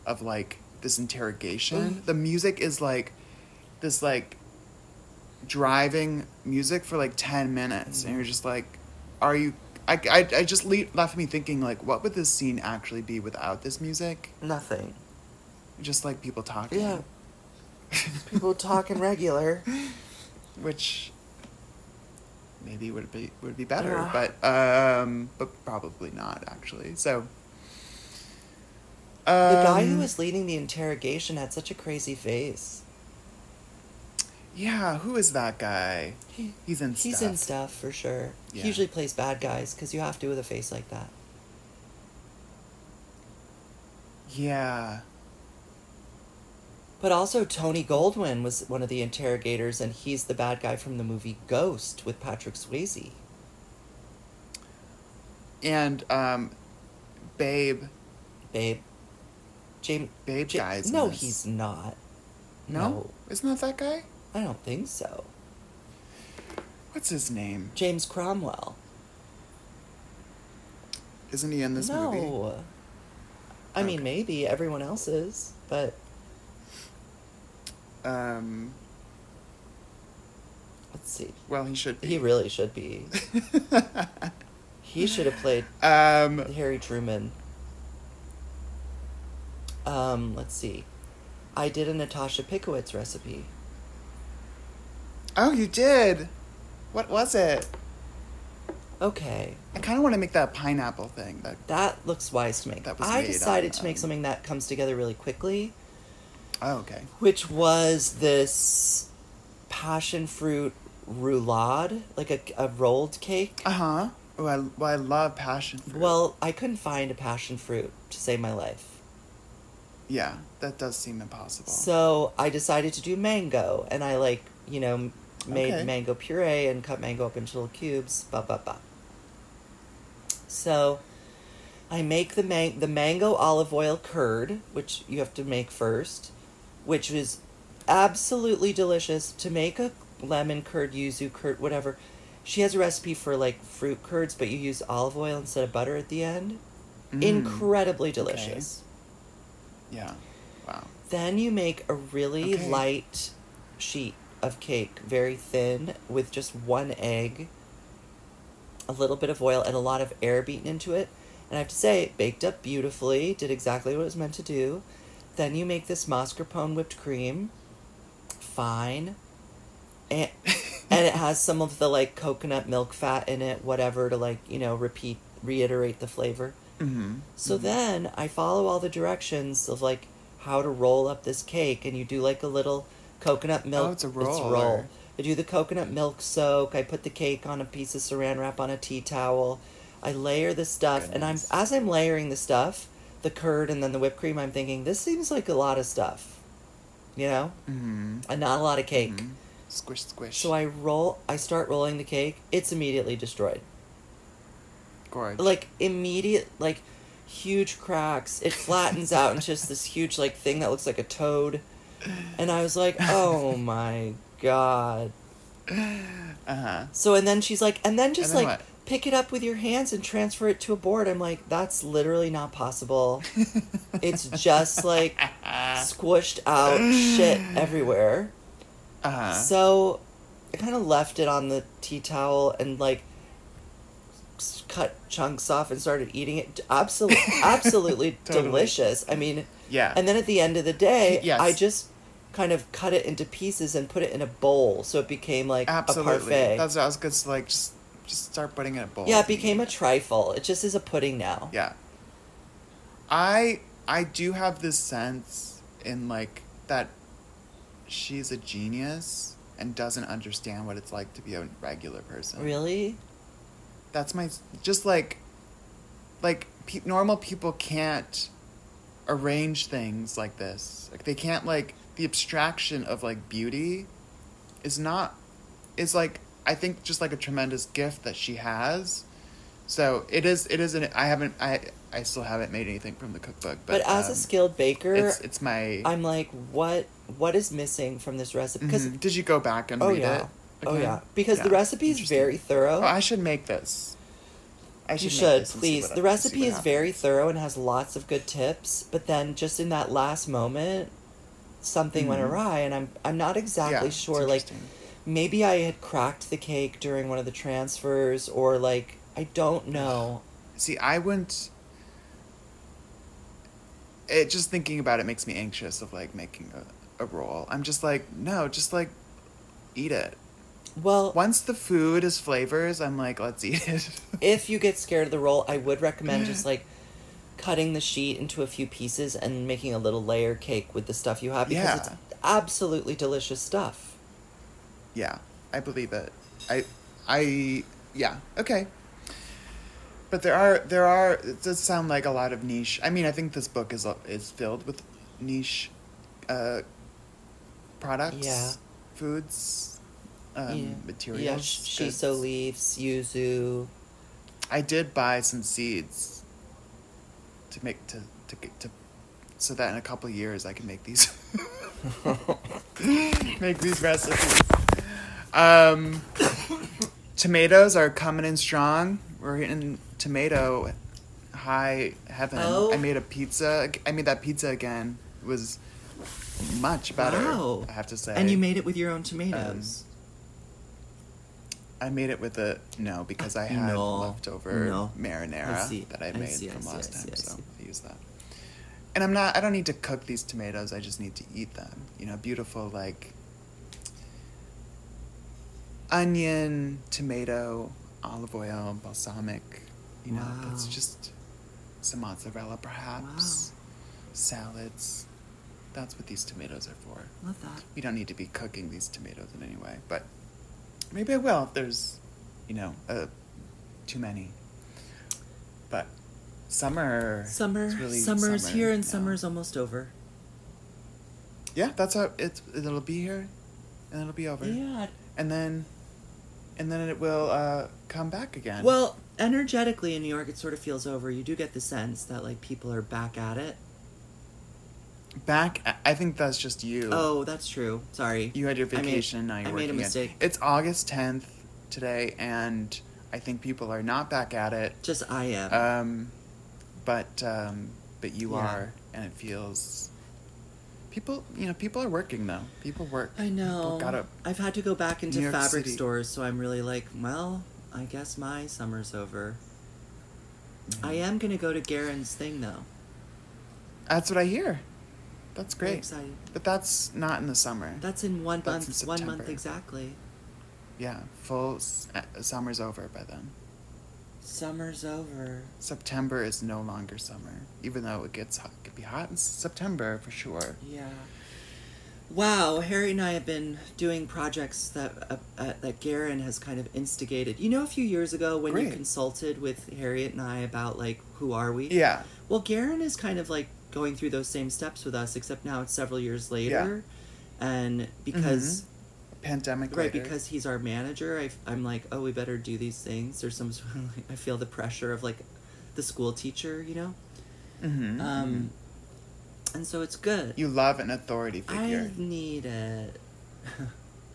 of like this interrogation.
Mhm.
The music is like this like driving music for like 10 minutes and you're just like are you I, I, I just le- left me thinking like what would this scene actually be without this music
Nothing.
just like people talking
Yeah, people talking regular.
which maybe would be would be better,
Yeah.
but um, but probably not actually. So um,
the guy who was leading the interrogation had such a crazy face.
yeah, who is that guy?
He-
He's in
He's
stuff.
in stuff for sure.
Yeah.
He usually plays bad guys because you have to with a face like that.
Yeah,
But also Tony Goldwyn was one of the interrogators, and he's the bad guy from the movie Ghost with Patrick Swayze.
and um, Babe,
Babe, James.
Babe
Ja-
guys. in
No,
this.
he's not.
no?
no.
Isn't that that guy?
I don't think so.
What's his name?
James Cromwell.
Isn't he in this
no.
movie?
I
Okay.
mean, maybe everyone else is, but
Um,
let's see.
well, he should be.
He really should be. He should have played
um,
Harry Truman. Um, let's see. I did a Natasha Pickowitz recipe.
oh, you did. What was it?
Okay,
I kind of want to make that pineapple thing. That
that looks wise to make.
That was
I
made
decided
on,
to make
um,
something that comes together really quickly,
oh, okay.
which was this passion fruit roulade, like a, a rolled cake.
Uh huh. Oh, I well, I love passion fruit.
Well, I couldn't find a passion fruit to save my life.
yeah, that does seem impossible.
So I decided to do mango, and I like you know m- made
Okay.
mango puree and cut mango up into little cubes. Ba ba ba. So I make the man- the mango olive oil curd, which you have to make first, which is absolutely delicious. To make a lemon curd, yuzu curd, whatever. She has a recipe for like fruit curds, but you use olive oil instead of butter at the end.
Mm,
Incredibly delicious.
yeah. Wow.
Then you make a really
Okay.
light sheet of cake, very thin, with just one egg, a little bit of oil, and a lot of air beaten into it. And I have to say, it baked up beautifully, did exactly what it was meant to do. Then you make this mascarpone whipped cream, fine. And, and it has some of the like coconut milk fat in it, whatever, to like, you know, repeat, reiterate the flavor.
Mm-hmm.
So then I follow all the directions of like how to roll up this cake, and you do like a little coconut milk.
Oh, it's a roller.
roll. I do the coconut milk soak. I put the cake on a piece of saran wrap on a tea towel. I layer the stuff, and I'm
Goodness.
as I'm layering the stuff, the curd and then the whipped cream. I'm thinking this seems like a lot of stuff, you know,
Mm-hmm.
and not a lot of cake.
Squish, squish.
So I roll. I start rolling the cake. It's immediately destroyed
Gorge.
like immediate like huge cracks it flattens out into just this huge like thing that looks like a toad and i was like oh my god
Uh huh.
so and then she's like and then just
And then
like
what?
pick it up with your hands and transfer it to a board i'm like that's literally not possible it's just like squished out shit everywhere
Uh huh.
so I kind of left it on the tea towel and like s- cut chunks off and started eating it. Absolutely, absolutely
Totally.
delicious. I mean,
yeah.
and then at the end of the day,
Yes.
I just
kind of cut it into pieces and put it in a bowl, so it became like a
Absolutely.
parfait.
That's what I was going to like. Just, just start putting it in a bowl.
yeah, it became a trifle. It just is a pudding now.
Yeah. I I do have this sense in like that she's a genius and doesn't understand what it's like to be a regular person.
Really?
That's my just like like pe- normal people can't arrange things like this. Like they can't like the abstraction of like beauty is not is like I think just like a tremendous gift that she has. So it is it is an I haven't I I still haven't made anything from the cookbook, but,
But, as
um,
a skilled baker,
it's it's my
I'm like, what? What is missing from this recipe? Because
Mhm. did you go back and
oh
read
yeah,
it?
oh
Mm-hmm. again?
yeah, because the
Yeah.
recipe is
Interesting.
very thorough.
Oh, I should make this. I
you
make
should
this and see
please.
what-
The
see what
recipe is
happens.
very thorough and has lots of good tips. But then, just in that last moment, something went
Mhm.
awry, and I'm I'm not exactly
Yeah, it's
sure. Like
interesting.
maybe I had cracked the cake during one of the transfers, or like I don't know.
See, I wouldn't. It just thinking about it makes me anxious of like making a, a roll. I'm just like, no, just like eat it.
Well,
Once the food is flavors, I'm like, let's eat it.
if you get scared of the roll, I would recommend just like cutting the sheet into a few pieces and making a little layer cake with the stuff you have because it's
Yeah.
absolutely delicious stuff.
yeah, I believe it. I, I, yeah, okay. But there are there are it does sound like a lot of niche. I mean, I think this book is is filled with niche, uh, products,
Yeah.
foods, um,
Yeah.
materials.
Yeah, sh- shiso
goods.
leaves, yuzu.
I did buy some seeds to make to to get to so that in a couple of years I can make these make these recipes. Um, tomatoes are coming in strong. We're in tomato high heaven.
Oh.
I made a pizza. I made that pizza again. It was much better.
Wow.
I have to say.
And you made it with your own tomatoes.
Um, I made it with a no because I had
No.
leftover
No. I
marinara
see.
that I
I
made
see, I
from
see,
last
I see,
time,
I
so
see.
I use that. And I'm not. I don't need to cook these tomatoes. I just need to eat them. You know, beautiful like onion, tomato, olive oil, balsamic. You know, that's
Wow.
just some mozzarella, perhaps salads. That's what these tomatoes are for.
Love that.
We don't need to be cooking these tomatoes in any way, but maybe I will if there's, you know, uh, too many. But summer.
Summer,
it's really
summer's
summer
here and
now.
summer's almost over.
Yeah, that's how it's. It'll be here, and it'll be over.
Yeah.
And then, and then it will uh, come back again.
Well, energetically in New York, it sort of feels over. You do get the sense that like people are back at it.
back. I- I think that's just you.
Oh, that's true. Sorry.
You had your
I made-
vacation and now you're
I
working
made a
again.
mistake.
It's August 10th today, and I think people are not back at it.
Just I am.
Um, but um, but you
Uh-huh. Yeah.
are, and it feels. People, you know, people are working though. People work.
I know.
People gotta.
I've had to go back into
New York
fabric
City.
stores, so I'm really like, well, I guess my summer's over. I am gonna go to Garen's thing though.
That's what I hear. That's
Very
great.
excited.
But that's not in the summer.
That's in one
That's
month.
in
one month
September.
exactly.
yeah, full s- uh, summer's over by then.
Summer's over.
September is no longer summer, even though it gets hot. It could be hot in September for sure.
Yeah. Wow, Harry and I have been doing projects that uh, uh, that Garen has kind of instigated. You know, a few years ago when you
Great.
consulted with Harriet and I about like who are we?
Yeah.
Well, Garen is kind of like going through those same steps with us, except now it's several years later, and because
pandemic
right
Mm-hmm. later.
because he's our manager, I, I'm like, oh, we better do these things. There's some sort of, like, I feel the pressure of like the school teacher, you know.
Mhm.
Um, and so it's good.
you love an authority
I
figure
need it.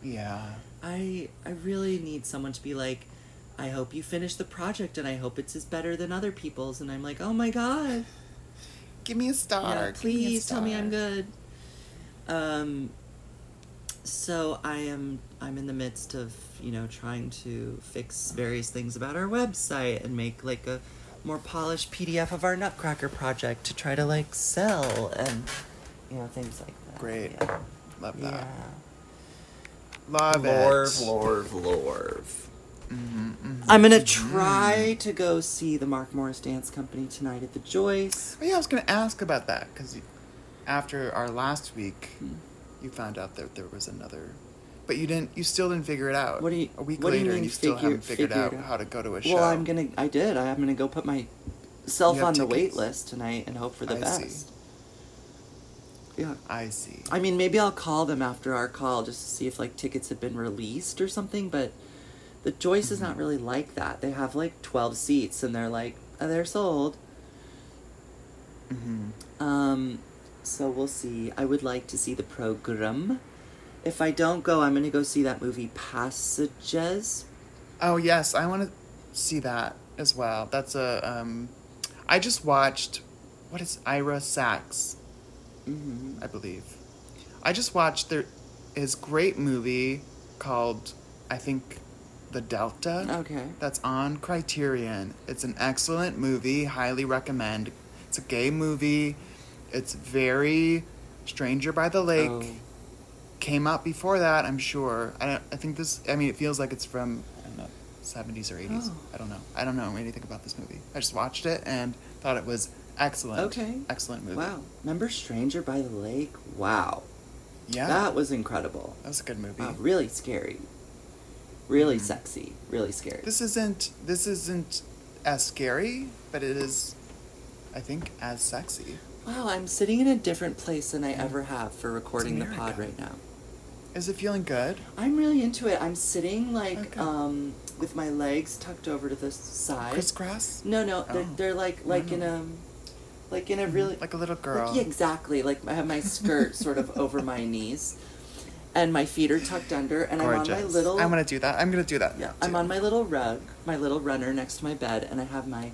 yeah
I I really need someone to be like, I hope you finish the project, and I hope it's as better than other people's. And I'm like, oh my god,
give me a
Yeah,
star Give me a
please tell me I'm
star.
good. Um. So I am I'm in the midst of you know trying to fix various things about our website and make like a more polished PDF of our Nutcracker project to try to like sell and you know things like that.
Great.
Yeah.
Love that.
Yeah.
Love
Lorv,
it.
Lorv, Lorv.
Mm-hmm, I'm gonna try to go see the Mark Morris Dance Company tonight at the Joyce.
Oh, yeah, I was going to ask about that because after our last week, you found out that there was another, but you didn't. You still didn't figure it out.
What do you-
A week
what do you
later, and
mean
you still
figure-
haven't figured,
figured
out,
out?
how to go to a show.
Well, I'm gonna. I did. I, I'm gonna go put myself
You have
on the wait
tickets.
list tonight and hope for the
I see.
best. Yeah.
I see.
I mean, maybe I'll call them after our call just to see if like tickets have been released or something. But the Joyce is
Mm-hmm.
not really like that. They have like twelve seats, and they're like oh, they're sold.
hmm
Um, so we'll see. I would like to see the program. If I don't go, I'm gonna go see that movie Passages.
Oh yes, I want to see that as well. That's a. Um, I just watched. What is Ira Sachs?
hmm
I believe. I just watched their his great movie called I think The Delta.
Okay.
That's on Criterion. It's an excellent movie, highly recommend. It's a gay movie. It's very Stranger by the Lake.
Oh.
Came out before that, I'm sure. I don't, I think this I mean it feels like it's from I don't know, 70s or 80s.
Oh.
I don't know. I don't know anything about this movie. I just watched it and thought it was excellent.
Okay.
Excellent movie.
Wow. Remember Stranger by the Lake? Wow.
Yeah. That,
That was incredible.
was a good movie. Mm-hmm.
Wow, really scary. Really sexy. Really scary.
This isn't this isn't as scary, but it is, I think, as sexy.
wow, I'm sitting in a different place than I ever have for recording the pod
America.
right now.
Is it feeling good?
I'm really into it. I'm sitting like
Okay.
um with my legs tucked over to the side.
Crisscross,
No, no, they're,
Oh. Mm-hmm.
they're like like in a like in a really
like a little girl.
yeah, exactly. Like I have my skirt sort of over my knees, and my feet are tucked under, and
Gorgeous.
I'm on my little.
I'm gonna do that. I'm gonna do that.
Yeah,
now,
I'm
too.
on my little rug, my little runner next to my bed, and I have my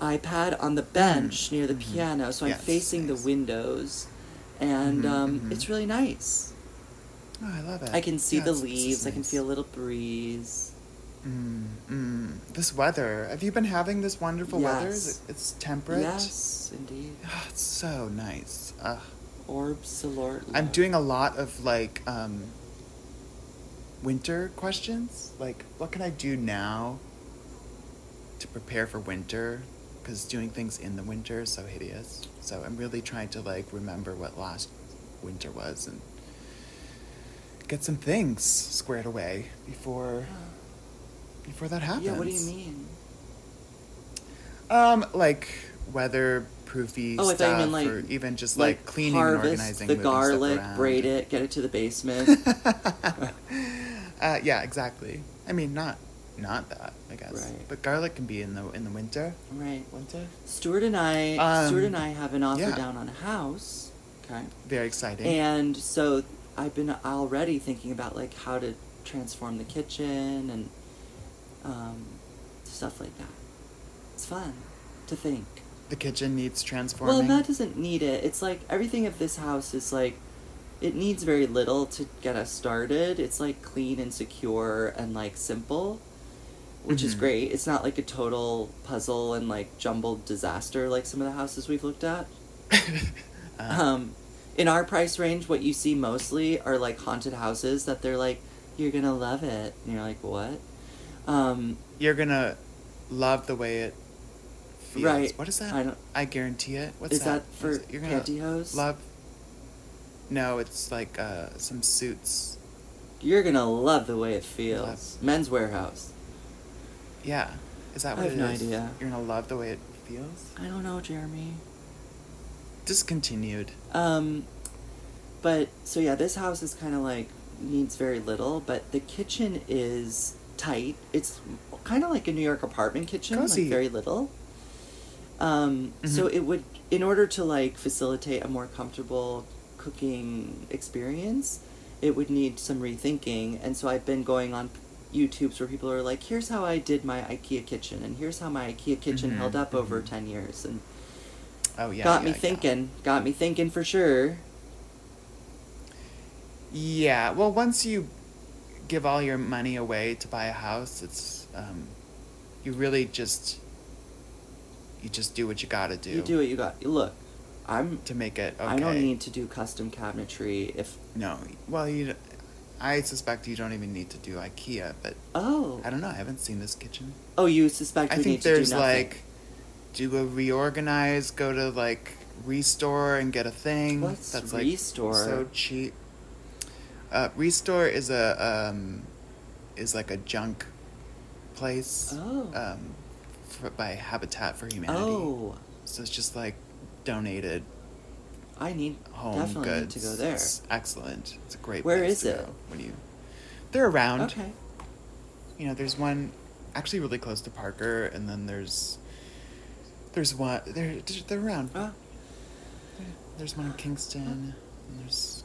iPad on the bench near the piano, so
Mm-hmm. Yes,
I'm facing
nice.
the windows, and
Mhm,
um,
mhm.
it's really nice.
Oh, I love it.
I can see
Yeah,
the
it's- this is
leaves. I can
nice.
feel a little breeze.
Mm, mm. This weather. Have you been having this wonderful weather? Is
Yes.
it- it's temperate.
Yes, indeed.
Ah, it's so nice. Ugh.
Orbs alert.
I'm doing a lot of like um, winter questions. Like, what can I do now to prepare for winter? Because doing things in the winter is so hideous. So I'm really trying to like remember what last winter was and get some things squared away before before that happens.
Yeah. What do you mean?
Um, like weather-proofy
Oh, I
stuff,
thought you meant, like-
or even just like, cleaning and
harvest
organizing
the
moving stuff
garlic,
around.
braid it, get it to the basement.
uh, yeah, exactly. I mean, not not that, I guess.
Right.
But garlic can be in the in the winter.
right.
Winter.
Stuart and I,
Um,
Stuart and I have an offer
yeah.
down on a house. Okay.
Very exciting.
And so I've been already thinking about like how to transform the kitchen and um, stuff like that. It's fun to think.
the kitchen needs transforming.
Well, that doesn't need it. It's like everything of this house is like it needs very little to get us started. It's like clean and secure and like simple, which is
Mhm.
great. It's not like a total puzzle and like jumbled disaster like some of the houses we've looked at.
Uh,
Um, in our price range, what you see mostly are like haunted houses that they're like, you're gonna love it. And you're like, what? Um,
you're gonna love the way it feels.
Right.
What is that?
I don't-
I guarantee it. What's
is that,
What
for
is it? You're gonna
pantyhose?
love. No, it's like uh, some suits.
You're gonna love the way it feels.
Love.
Men's Warehouse.
Yeah. Is that
I
what
have
it
no
is?
idea.
You're gonna love the way it feels.
I don't know, Jeremy.
Discontinued.
Um, but so yeah, this house is kind of like needs very little, but the kitchen is tight. It's kind of like a New York apartment kitchen,
Cozy.
like very little. Um, so
Mhm.
it would, in order to like facilitate a more comfortable cooking experience, it would need some rethinking. And so I've been going on YouTubes where people are like, "Here's how I did my IKEA kitchen, and here's how my IKEA kitchen
Mhm,
held up over
mhm.
ten years," and
Oh yeah.
got
yeah,
me
yeah.
thinking. Got me thinking for sure.
Yeah, well, once you give all your money away to buy a house, it's um, you really just you just do what you gotta do.
You do what you got. Look, I'm
to make it. Okay.
I don't need to do custom cabinetry if
No, well, you. d- I suspect you don't even need to do IKEA, but
oh
I don't know. I haven't seen this kitchen.
oh you suspect
I
we
think
need to do
there's
nothing.
like, do a reorganize, go to like restore and get a thing.
What's
That's
Restore?
like so cheap. Uh, restore is a um, is like a junk place.
Oh.
Um, for, by Habitat for Humanity.
oh
So it's just like donated
I need
home
definitely
goods.
need to go there.
It's excellent. It's a great.
Where
place
is
to
it?
Go when you, they're around.
Okay.
You know, there's one actually really close to Parker, and then there's there's one they're they're around.
Oh,
There's one in Kingston. And there's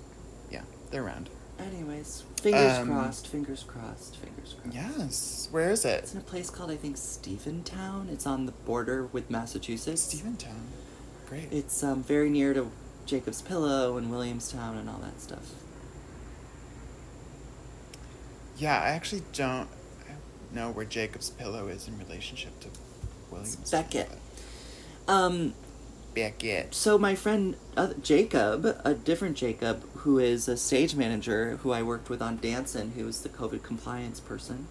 yeah, they're around.
anyways, fingers
Um,
crossed. Fingers crossed. Fingers crossed.
Yes, where is
It's
it?
in a place called I think Stephentown. It's on the border with Massachusetts.
Steventown. Great.
It's um, very near to Jacob's Pillow and Williamstown and all that stuff.
yeah, I actually don't know where Jacob's Pillow is in relationship to Williams.
Beckett. Um,
Beckett.
so my friend uh, Jacob, a different Jacob, who is a stage manager who I worked with on Dancin', who was the COVID compliance person,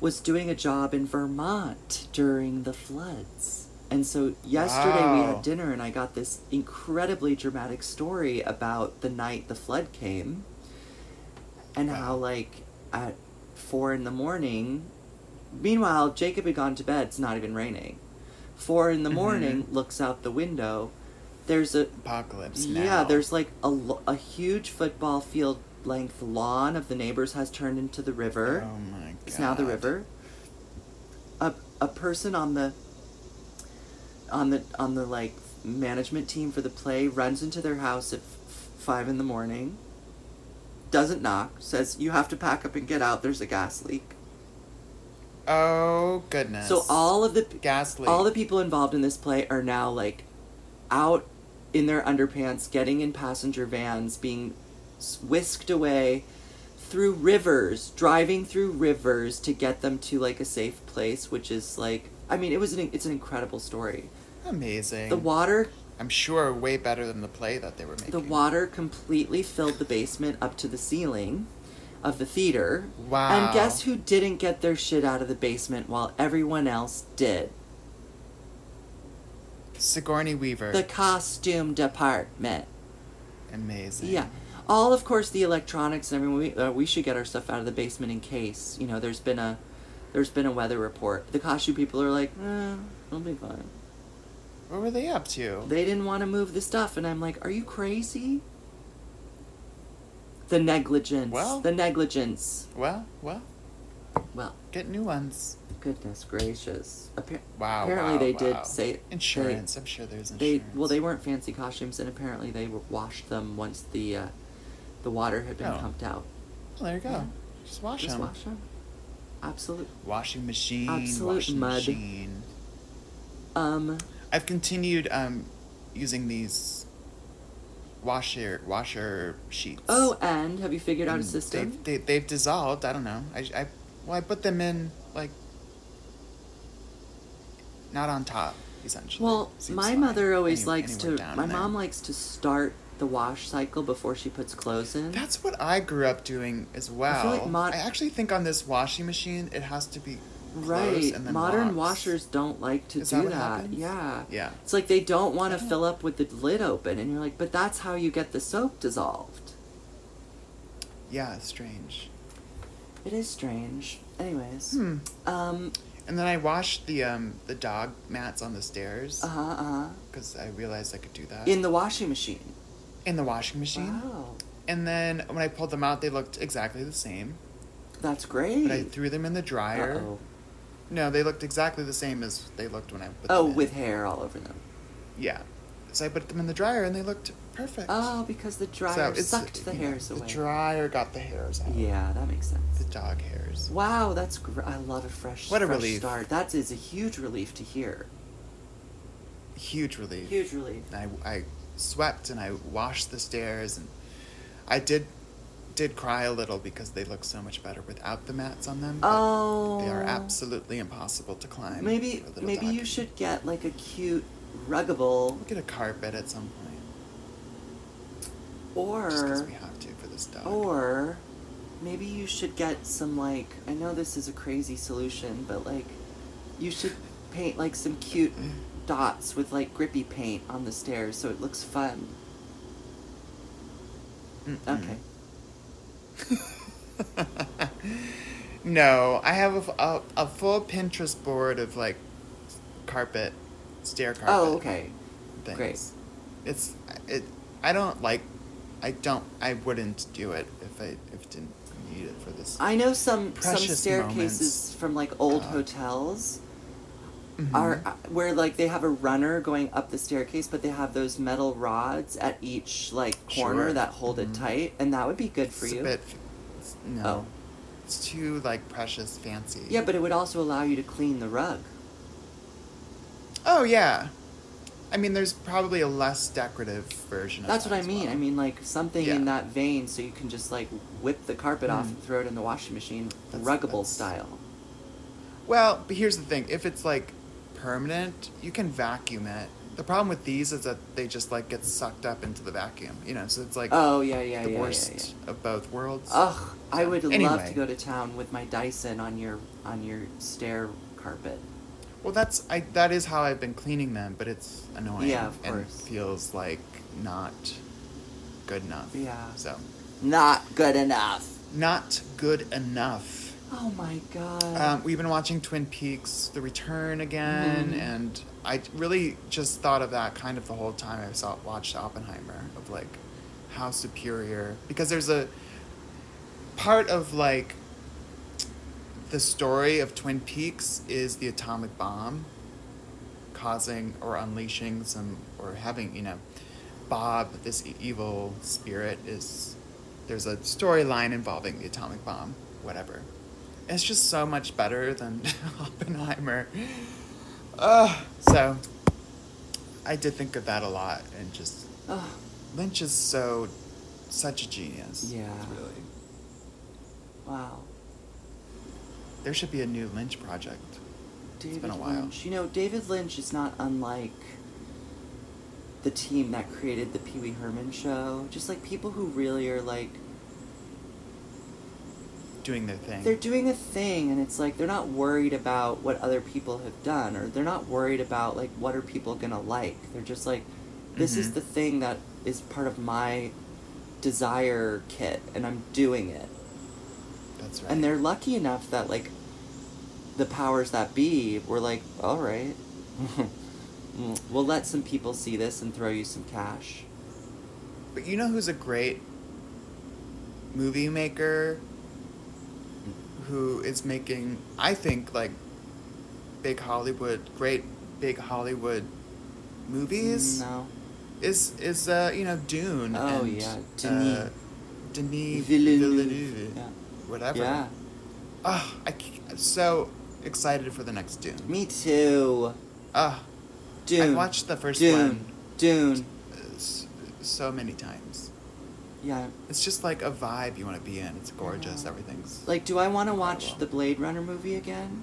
was doing a job in Vermont during the floods. And so yesterday we
Wow.
had dinner, and I got this incredibly dramatic story about the night the flood came, and
Wow.
how like at four in the morning. Meanwhile, Jacob had gone to bed. It's not even raining. Four in the
Mm-hmm.
morning, looks out the window. There's a
Apocalypse now.
yeah. There's like a lo- a huge football field length lawn of the neighbors has turned into the river.
Oh my god.
It's now the river. A a person on the on the on the like management team for the play runs into their house at f- five in the morning. Doesn't knock. Says you have to pack up and get out. There's a gas leak.
Oh goodness.
So all of the p-
gas leak.
all the people involved in this play are now like out in their underpants, getting in passenger vans, being s- whisked away through rivers, driving through rivers to get them to like a safe place, which is like I mean, it was an it's an incredible story.
amazing.
The water
I'm sure way better than the play that they were making.
the water completely filled the basement up to the ceiling of the theater.
Wow.
And guess who didn't get their shit out of the basement while everyone else did?
Sigourney Weaver.
The costume department.
amazing.
Yeah. All, of course, the electronics and everything. We, uh, we should get our stuff out of the basement in case, you know, there's been a there's been a weather report. The costume people are like, eh, it'll be fine.
What were they up to?
They didn't want to move the stuff, and I'm like, are you crazy? The negligence.
Well-
the negligence.
well, well,
Well,
get new ones.
goodness gracious. Appar-
Wow.
Apparently,
wow,
they
wow.
did say
insurance. I'm sure there's
They,
insurance.
they well, they weren't fancy costumes, and apparently they were washed them once the uh, the water had been
Oh.
pumped out.
Well, there you go.
Yeah.
Just wash
Just
them.
wash them. Absolutely.
Washing machine.
Absolute
washing
mud.
machine.
Um,
I've continued um, using these washer washer sheets.
oh, and have you figured out a
And
system?
They've, they, they've dissolved. I don't know. I, I well, I put them in like not on top, essentially.
Well,
Seems
my
fine.
mother always
Any-
likes
anywhere
to.
down
My
in there.
mom likes to start the wash cycle before she puts clothes in.
That's what I grew up doing as well. I,
like mod-
actually think on this washing machine, it has to be closed
right.
and then
Modern
locked.
washers don't like to
Is that
do
what
that.
happens?
yeah.
Yeah.
It's like they don't want to
Yeah.
fill up with the lid open, and you're like, but that's how you get the soap dissolved.
Yeah, it's strange.
It is strange. Anyways.
Hmm.
Um.
And then I washed the um the dog mats on the stairs
Uh huh. Uh huh.
because I realized I could do that
In the washing machine.
in the washing machine.
Wow.
And then when I pulled them out, they looked exactly the same.
That's great.
But I threw them in the dryer.
Uh-oh.
No, they looked exactly the same as they looked when I put
Oh,
them in.
with hair all over them.
yeah. So I put them in the dryer and they looked perfect.
Oh, because the
So
dryer
it's-
sucked the
you know,
hairs away.
The dryer got the hairs out.
yeah, that makes
The
sense.
dog hairs.
Wow, that's gr- I love a fresh,
What a
fresh
relief.
start. That is a huge relief to hear.
Huge relief.
Huge relief.
And I, I swept and I washed the stairs and I did did cry a little because they look so much better without the mats on them. but
Oh,
They are absolutely impossible to climb.
Maybe
for a little
maybe you
doggy.
should get like a cute ruggable
We'll get a carpet at some point. Just because
or
we have to for this dog.
or maybe you should get some like I know this is a crazy solution, but like you should paint like some cute
Mm.
dots with like grippy paint on the stairs so it looks fun.
Mm.
Okay.
no, I have a, f- a- a full Pinterest board of like carpet, stair carpet.
Oh, okay.
Things.
great.
It's it. I don't like. I don't. I wouldn't do it if I if it didn't need it for this.
I know some some
Precious
staircases
moments.
from like old
God. Mm-hmm.
hotels are uh, where like they have a runner going up the staircase, but they have those metal rods at each like corner
Sure. Mm-hmm.
that hold it tight, and that would be good for
It's a
you.
bit f- it's- no.
Oh.
It's too like precious fancy.
Yeah, but it would also allow you to clean the rug.
Oh yeah. I mean, there's probably a less decorative version.
That's
of
what I
that as
mean.
well.
I mean, like something in
Yeah. Mm.
that vein, so you can just like whip the carpet off and throw it in the washing machine,
That's-
ruggable
that's-
style.
Well, but here's the thing: if it's like permanent, you can vacuum it. The problem with these is that they just like get sucked up into the vacuum, you know. So it's like
Oh yeah, yeah,
the
yeah,
worst
yeah, yeah.
of both worlds.
Ugh, I
So,
would love
anyway.
to go to town with my Dyson on your on your stair carpet.
Well, that's I. That is how I've been cleaning them, but it's annoying.
Yeah, of
And
course.
feels like not good enough.
Yeah.
So
Not good enough.
not good enough.
Oh my god.
Um, we've been watching Twin Peaks: The Return again,
Mhm.
and I really just thought of that kind of the whole time I saw watched Oppenheimer of like how superior because there's a part of like the story of Twin Peaks is the atomic bomb causing or unleashing some or having you know Bob this e- evil spirit is there's a storyline involving the atomic bomb whatever it's just so much better than Oppenheimer Ugh so I did think of that a lot and just
Ugh.
Lynch is so such a genius
Yeah.
really
wow.
there should be a new Lynch project
David
been a while.
Lynch. You know, David Lynch is not unlike the team that created the Pee Wee Herman show. Just like people who really are like
doing their thing
they're doing a thing and it's like they're not worried about what other people have done or they're not worried about like what are people gonna like they're just like this is
Mhm.
the thing that is part of my desire kit and i'm doing it
that's right
and they're lucky enough that like the powers that be were like all right Mm, we'll let some people see this and throw you some cash
But you know who's a great movie maker who is making I think like big Hollywood great big Hollywood movies
no
is is uh you know Dune
Oh,
and
yeah,
uh,
Denis.
Denis
Villeneuve.
Villeneuve,
Yeah.
whatever
yeah
oh, I am so excited for the next Dune
me too
oh,
Dune.
I watched the first
Dune.
one
Dune.
uh, s- so many times
Yeah.
It's just like a vibe you want to be in. It's gorgeous.
Yeah.
Everything's
Like, do I want to watch
Incredible.
the Blade Runner movie again?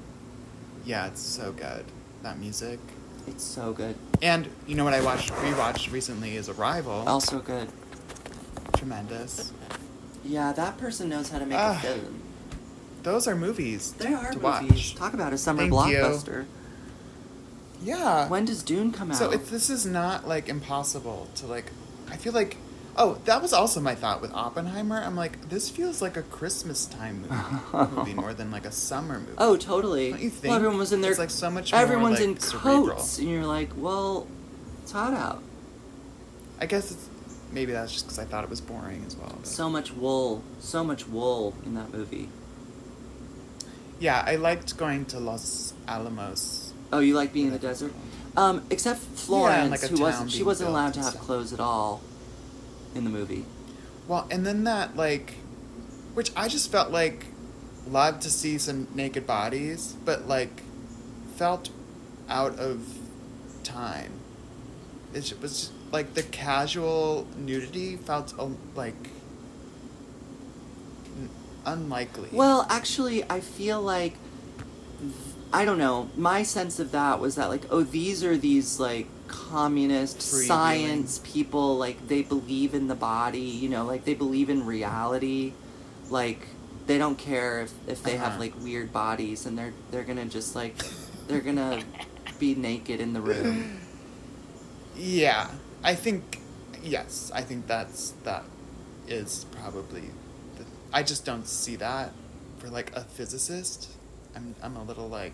yeah, it's so good. That music.
It's so good.
And you know what I watched rewatched recently is Arrival.
Also good.
Tremendous.
Yeah, that person knows how to make a
Ah.
film.
Those are movies.
There are
to
movies.
watch.
Talk about a summer
Thank you.
blockbuster.
Yeah.
When does Dune come out?
so it's this is not like impossible to like. I feel like. Oh, that was also my thought with Oppenheimer. I'm like, this feels like a Christmas time movie, movie more than like a summer movie.
oh, totally.
Don't you think?
Well, everyone was in their.
It's like so much more,
Everyone's
like,
in
cerebral.
coats, and you're like, well, it's hot out.
I guess it's maybe that's just because I thought it was boring as well. but-
So much wool. So much wool in that movie.
Yeah, I liked going to Los Alamos.
Oh, you like being in the
Whatever
desert?
it's
Um, except Florence,
like a
who
town
wasn't. She
being
wasn't
built
allowed
and
to have
stuff.
clothes at all. In the movie.
Well, and then that like, which I just felt like, loved to see some naked bodies, but like, felt out of time. It ju- was just, like the casual nudity felt um, like n- unlikely.
Well, actually, I feel like I don't know. My sense of that was that like, oh, these are these like communist
Free
science people. Like they believe in the body, you know, like they believe in reality. Like they don't care if if they have
Uh-huh.
like weird bodies, and they're they're gonna just like they're gonna be naked in the room.
Yeah, I think yes, I think that's that is probably. The, I just don't see that for like a physicist. I'm I'm a little like,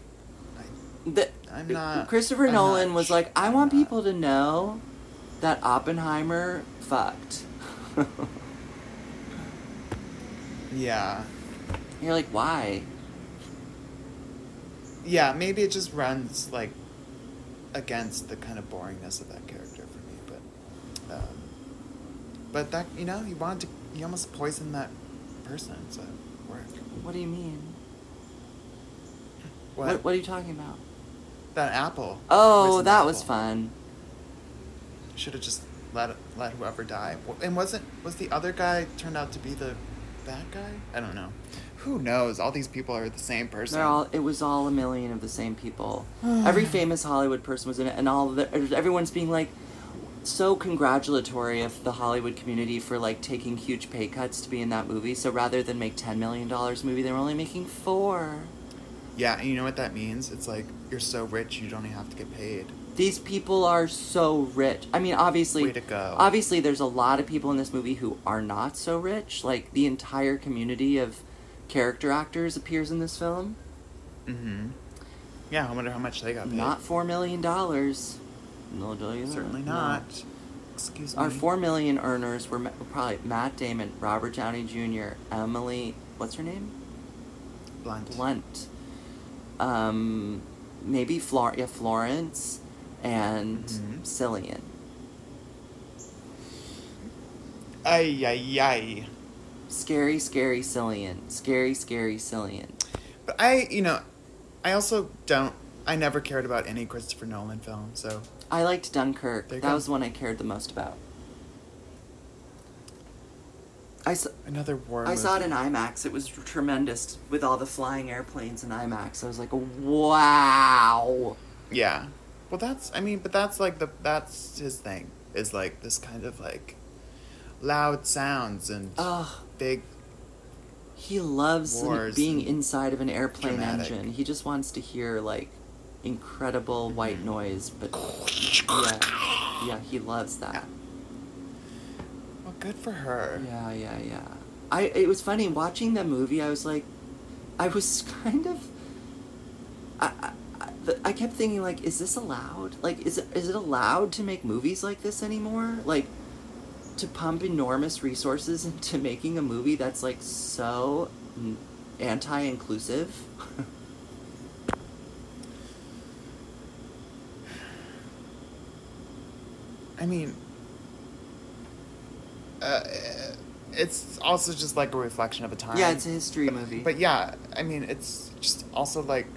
I,
The,
I'm not-
Christopher
I'm
Nolan
not
was
sh-
like, I
I'm
want
not."
people to know that Oppenheimer fucked.
yeah,
You're like, why?
yeah. Maybe it just runs like against the kind of boringness of that character for me. But, um, but that you know, you wanted to, you almost poisoned that person. So work.
What do you mean?
What,
What, what are you talking about?
that apple?
Oh,
poisoned
that
apple.
was fun.
Should have just let let whoever die. W- And wasn't was the other guy turned out to be the bad guy? I don't know. Who knows? All these people are the same person.
They're all. It was all a million of the same people. Every famous Hollywood person was in it, and all the, everyone's being like so congratulatory of the Hollywood community for like taking huge pay cuts to be in that movie. So rather than make ten million dollars movie, they were only making four.
yeah, and you know what that means? It's like you're so rich you don't even have to get paid.
These people are so rich. I mean, obviously,
Way to go.
obviously, there's a lot of people in this movie who are not so rich. Like the entire community of character actors appears in this film.
Mm-hmm. Yeah, I wonder how much they got paid.
Not four million dollars. No, do you?
certainly not. Excuse me.
Our four million earners were ma- probably Matt Damon, Robert Downey Jr., Emily. What's her name?
blunt.
Blunt. Um, maybe Flor- yeah, Florence, and
Mhm.
Cillian.
Ay ay ay.
Scary, scary Cillian. Scary, scary Cillian.
But I, you know, I also don't. I never cared about any Christopher Nolan film, so
I liked Dunkirk.
There you
That
go.
was the one I cared the most about. I s-
another war.
I saw it
movie.
in IMAX. It was tremendous with all the flying airplanes in IMAX. I was like, wow.
Yeah. Well, that's I mean, but that's like the that's his thing is like this kind of like loud sounds and
Ugh.
big.
He loves
Wars
being
and
inside of an airplane
dramatic.
engine. He just wants to hear like incredible white
Mm-hmm.
noise, but yeah, yeah, he loves that.
Well, good for her.
Yeah, yeah, yeah. I it was funny watching the movie. I was like, I was kind of. I, I- I, the- I kept thinking like, is this allowed? Like, is it, is it allowed to make movies like this anymore? Like, to pump enormous resources into making a movie that's like so n- anti-inclusive.
I mean, uh, it's also just like a reflection of a time.
yeah, it's a history movie.
But yeah, I mean, it's just also like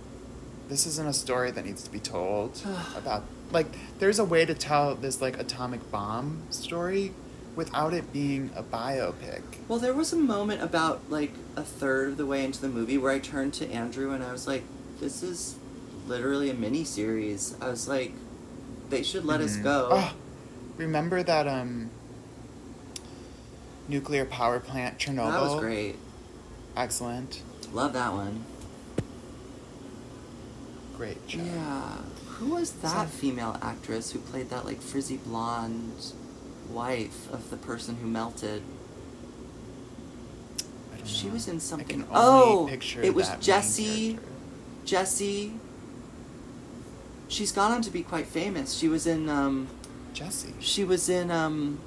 this isn't a story that needs to be told about like there's a way to tell this like atomic bomb story without it being a biopic.
Well, there was a moment about like a third of the way into the movie where I turned to Andrew and I was like, "This is literally a mini series." I was like, "They should let us
Mhm.
go."
Oh, remember that um nuclear power plant Chernobyl?
that was great.
Excellent.
Love that one.
Great job.
Yeah. Who was that
So-
female actress who played that like frizzy blonde wife of the person who melted?
I don't
She
know.
was in
I
something-
can only
Oh,
picture
it was
that main
Jessie-
character.
Jessie. She's gone on to be quite famous. She was in um,
Jessie.
She was in um,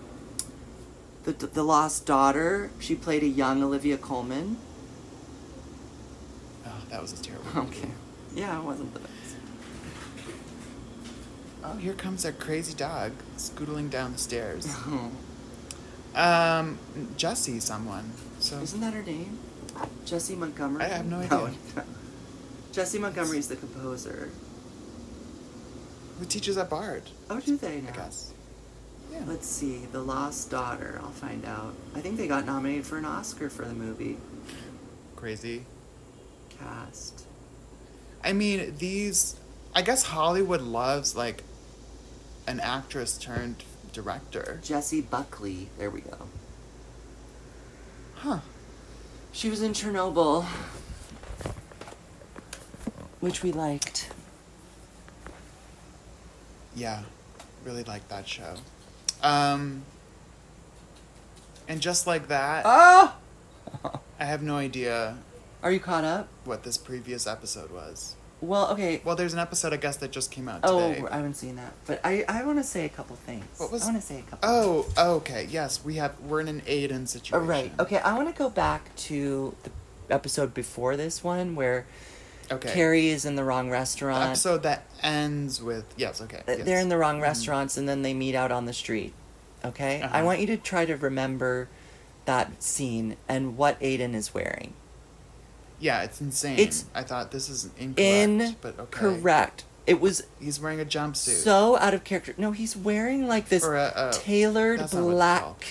the the Lost Daughter. She played a young Olivia Colman.
Oh, that was a terrible.
Okay.
movie.
Yeah, it wasn't the best.
Oh, here comes our crazy dog scootling down the stairs. Um, Jesse, someone. So
Isn't that her name? Jesse Montgomery.
I have no idea.
Jesse Montgomery is the composer.
who teaches at Bard?
Oh, do they now?
I guess. Yeah.
Let's see. The Lost Daughter. I'll find out. I think they got nominated for an Oscar for the movie
Crazy.
cast.
I mean, these. I guess Hollywood loves like an actress turned director.
Jesse Buckley. There we go.
Huh.
She was in Chernobyl, which we liked.
Yeah, really like that show. Um, and just like that,
Oh!
I have no idea
Are you caught up?
what this previous episode was.
Well, okay.
Well, there's an episode I guess that just came out
oh,
today.
I haven't seen that, but I I want to say a couple things.
What was-
I want to say a couple.
Oh, okay. Yes, we have. We're in an Aiden
Oh,
situation.
right. Okay, I want to go back to the episode before this one where
Okay.
Carrie is in the wrong restaurant.
The episode that ends with yes. Okay.
Th-
yes. Mm. Mm-hmm.
They're in the wrong restaurants and then they meet out on the street. Okay? I
Uh-huh.
want you to try to remember that scene and what Aiden is wearing.
Yeah, it's insane.
It's
I thought this is incorrect, but okay.
Incorrect. It was
He's wearing a jumpsuit.
so out of character. No, he's wearing like this
Or a- a-
tailored
that's not what it's
black
called.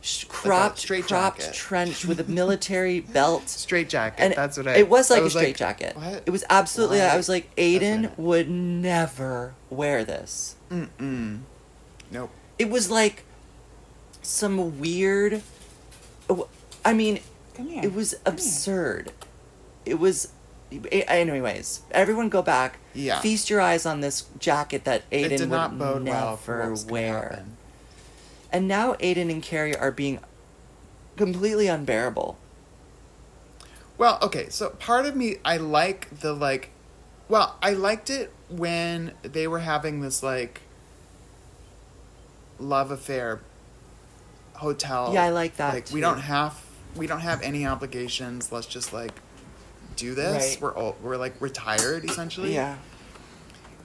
sh- cropped
straight
cropped
jacket.
trench with a military belt.
straight jacket.
And
that's what I.
it was like
I
a straight jacket.
What?
It was absolutely. I
What?
was like,
That's what I
Aiden
meant.
would never wear this.
Mm-mm. Nope.
It was like some weird. I mean,
Come here.
it was absurd. It was. a- Anyways, everyone go back.
Yeah.
Feast your eyes on this jacket that Aiden
It did
would
not bode well for what
never
was gonna
wear.
happen.
And now Aiden and Carrie are being completely unbearable.
Well, okay. So part of me, I like the like. Well, I liked it when they were having this like love affair hotel.
Yeah, I like that,
Like
too.
we don't have we don't have any obligations. Let's just like do this.
Right.
We're old, we're like retired essentially.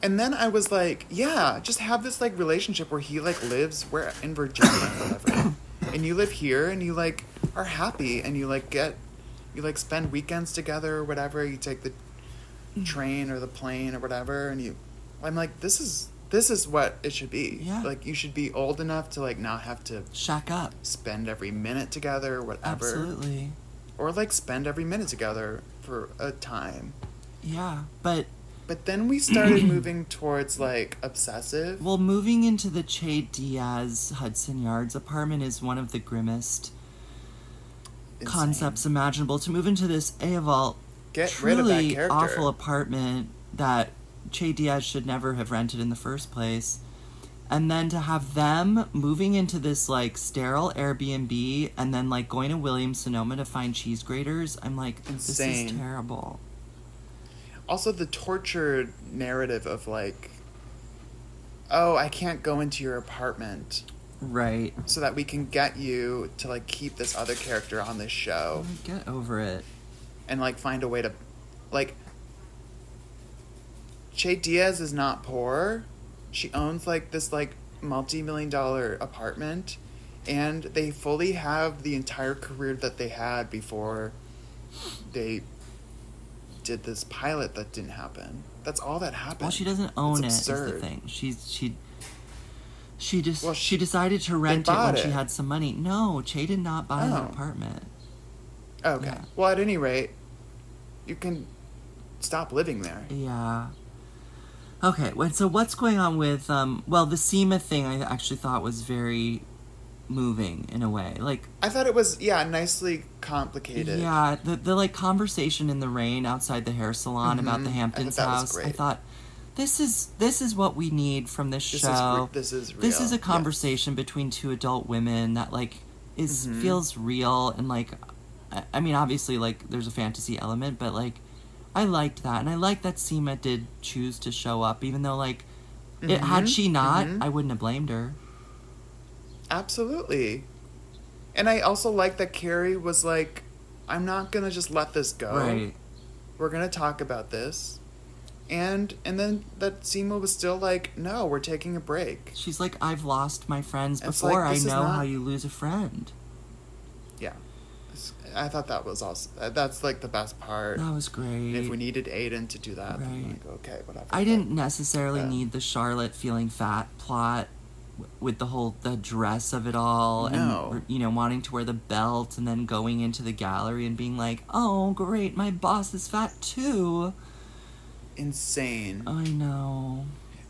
And then I was like, yeah, just have this like relationship where he like lives where in Virginia forever. and you live here and you like are happy and you like get you like spend weekends together or whatever, you take the train or the plane or whatever and you I'm like, this is this is what it should be.
Yeah.
Like you should be old enough to like not have to
Shack up.
spend every minute together or whatever.
Absolutely.
Or like spend every minute together for a time.
Yeah, but
But then we started moving towards like obsessive.
well, moving into the Che Diaz Hudson Yards apartment is one of the grimmest
insane.
concepts imaginable. To move into this Aval
Get rid of that
truly
character.
awful apartment that Che Diaz should never have rented in the first place, and then to have them moving into this like sterile Airbnb and then like going to Williams Sonoma to find cheese graters, I'm like, this is
Insane.
terrible.
Also, the tortured narrative of like, oh, I can't go into your apartment,
Right.
so that we can get you to like keep this other character on this show
Get over it.
and like find a way to, like. Che Diaz is not poor. She owns like this like multi-million dollar apartment and they fully have the entire career that they had before they did this pilot that didn't happen. That's all that happened.
Well, she doesn't own it.
It's
Is the
absurd.
thing. She's she. She just
Well,
she decided to rent it
bought
when she
it.
had some money. No, Che did not buy that
Oh.
apartment.
Okay.
Yeah.
Well, at any rate, you can stop living there.
Yeah. Okay. Well, so what's going on with um? Well, the SEMA thing I actually thought was very moving in a way. Like
I thought it was yeah, nicely complicated.
yeah, the the like conversation in the rain outside the hair salon about
Mhm.
the
I thought
Hamptons
that was
house. I
great.
thought this is this is what we need from this,
This is
show.
re- this is real.
this is a
Yeah.
conversation between two adult women that like is
Mm-hmm.
feels real and like I, I mean obviously like there's a fantasy element but like i liked that and i liked that sema did choose to show up even though like it, had
Mhm,
she not
mhm.
i wouldn't have blamed her
Absolutely. And I also like that Carrie was like, I'm not gonna just let this go.
right
We're gonna talk about this. And and then that Seema was still like, No, we're taking a break.
she's like i've lost my friends
It's
before
like,
i
this is
know
not-
how you lose a friend
Yeah. I thought that was also that's like the best part.
that was great
If we needed Aiden to do that, then
Right.
like okay, whatever.
I didn't necessarily
Yeah.
need the Charlotte feeling fat plot w- with the whole the dress of it all
No.
and you know wanting to wear the belt and then going into the gallery and being like, "Oh, great, my boss is fat too."
insane.
I know.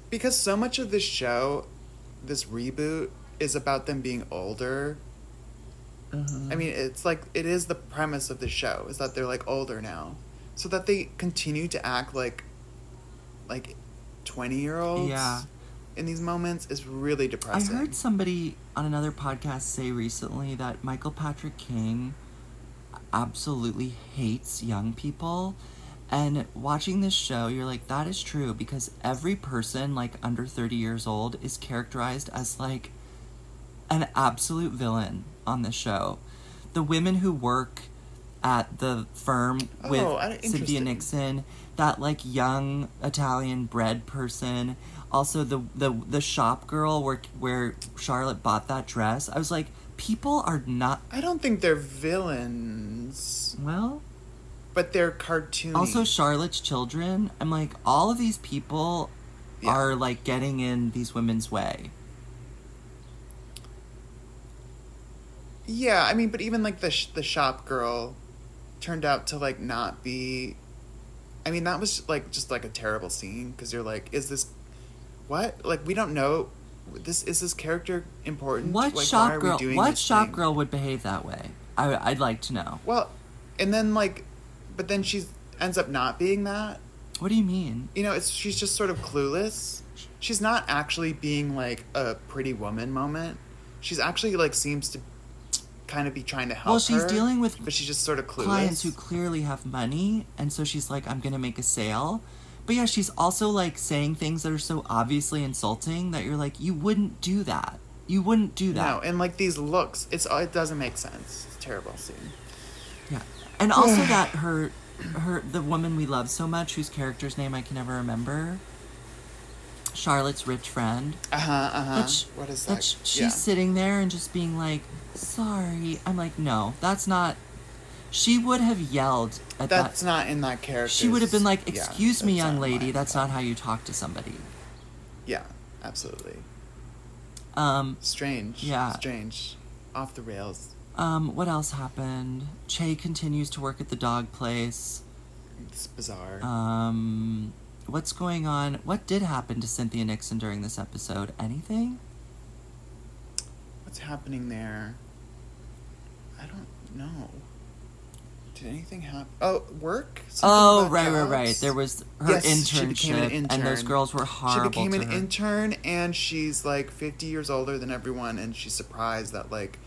because so much of this show, this reboot, is about them being older. I mean, it's like it is the premise of the show is that they're like older now, so that they continue to act like, like, twenty year olds.
Yeah.
In these moments, is really depressing.
I heard somebody on another podcast say recently that Michael Patrick King absolutely hates young people. And watching this show, you're like, that is true because every person like under 30 years old is characterized as like an absolute villain on the show. The women who work at the firm with
Oh, I-
Cynthia
interesting.
Nixon, that like young Italian bread person, also the the the shop girl where where Charlotte bought that dress. I was like, people are not
I don't think they're villains,
well.
but they're cartoony.
Also, Charlotte's children. I'm like, all of these people
Yeah.
are like getting in these women's way.
Yeah, I mean, but even like the sh- the shop girl turned out to like not be. I mean, that was like just like a terrible scene because you're like, is this what? Like, we don't know. This is this character important?
What
like, why are
shop
we
girl?
doing
What
this
shop
thing?
girl would behave that way? I, I'd like to know.
Well, and then like, but then she ends up not being that.
What do you mean?
You know, it's she's just sort of clueless. She's not actually being like a pretty woman moment. She's actually like seems to kind of be trying to help.
Well, she's
her,
dealing with
but she's just sort of clueless.
clients who clearly have money and so she's like i'm gonna make a sale but yeah she's also like saying things that are so obviously insulting that you're like you wouldn't do that you wouldn't do that
No, and like these looks, it's oh, it doesn't make sense. It's a terrible scene.
yeah and also that her her the woman we love so much whose character's name i can never remember charlotte's rich friend
Uh huh. Uh huh.
Uh-huh, But sh-
what is
that
that?
sh- she's
yeah.
sitting there and just being like, "Sorry." I'm like, "No, that's not." She would have yelled at that.
That's not in that character.
She would have been like, "Excuse me, young lady, that's not how you talk to somebody."
Yeah, absolutely.
Um,
Strange.
Yeah.
Strange. Off the rails.
um, what else happened? Che continues to work at the dog place.
It's bizarre.
Um, what's going on? What did happen to Cynthia Nixon during this episode? Anything?
What's happening there? I don't know. Did anything happen? Oh, work. Something
oh,
about
right, right,
jobs?
right. There was her
Yes, she
internship,
became an
and those
intern.
girls were
She
horrible.
became
to
an
her.
intern and she's like 50 years older than everyone and she's surprised that like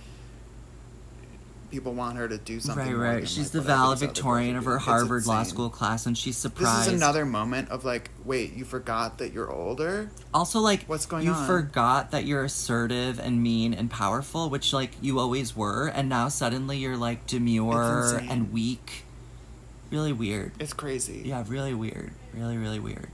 people want her to do something.
Right,
more
right.
than,
She's
like,
the
what all these other
valedictorian
girls
of
do.
her
It's
Harvard Law
insane.
School class, and she's surprised.
This is another moment of like, wait, you forgot that you're older?
Also, like,
What's going
you
on?
forgot that you're assertive and mean and powerful, which, like, you always were, and now suddenly you're, like,
It's
demure
insane.
and weak. Really weird.
It's crazy.
Yeah, really weird. Really, really weird.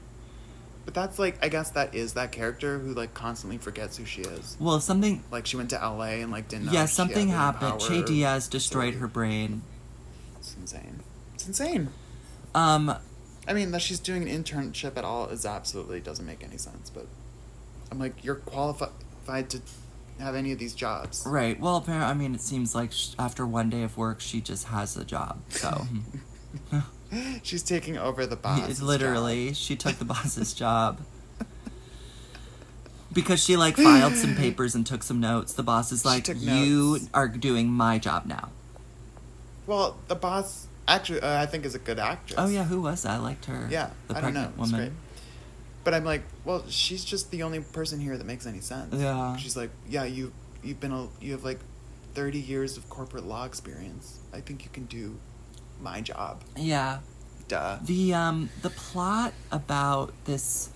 But that's like, I guess that is that character who like constantly forgets who she is.
Well, something.
Like she went to LA and like didn't know.
yeah,
if she
something
had any
happened. Che
power.
Diaz destroyed her brain.
It's insane. It's insane.
Um,
I mean, that she's doing an internship at all is absolutely doesn't make any sense. But I'm like, you're qualified to have any of these jobs.
right. Well, apparently, I mean, it seems like sh- after one day of work, she just has a job. So.
She's taking over the
He-
boss.
literally, she took the boss's job. Because she like filed some papers and took some notes. The boss is
She
like,
took
"You
notes.
are doing my job now."
Well, the boss actually, uh, I think, is a good actress.
Oh yeah, who was that? I liked her.
Yeah,
the
I don't know.
pregnant
It's
woman.
great. But I'm like, well, she's just the only person here that makes any sense.
Yeah.
She's like, yeah, you you've been a, you have like 30 years of corporate law experience. I think you can do my job.
Yeah,
Duh.
the um the plot about this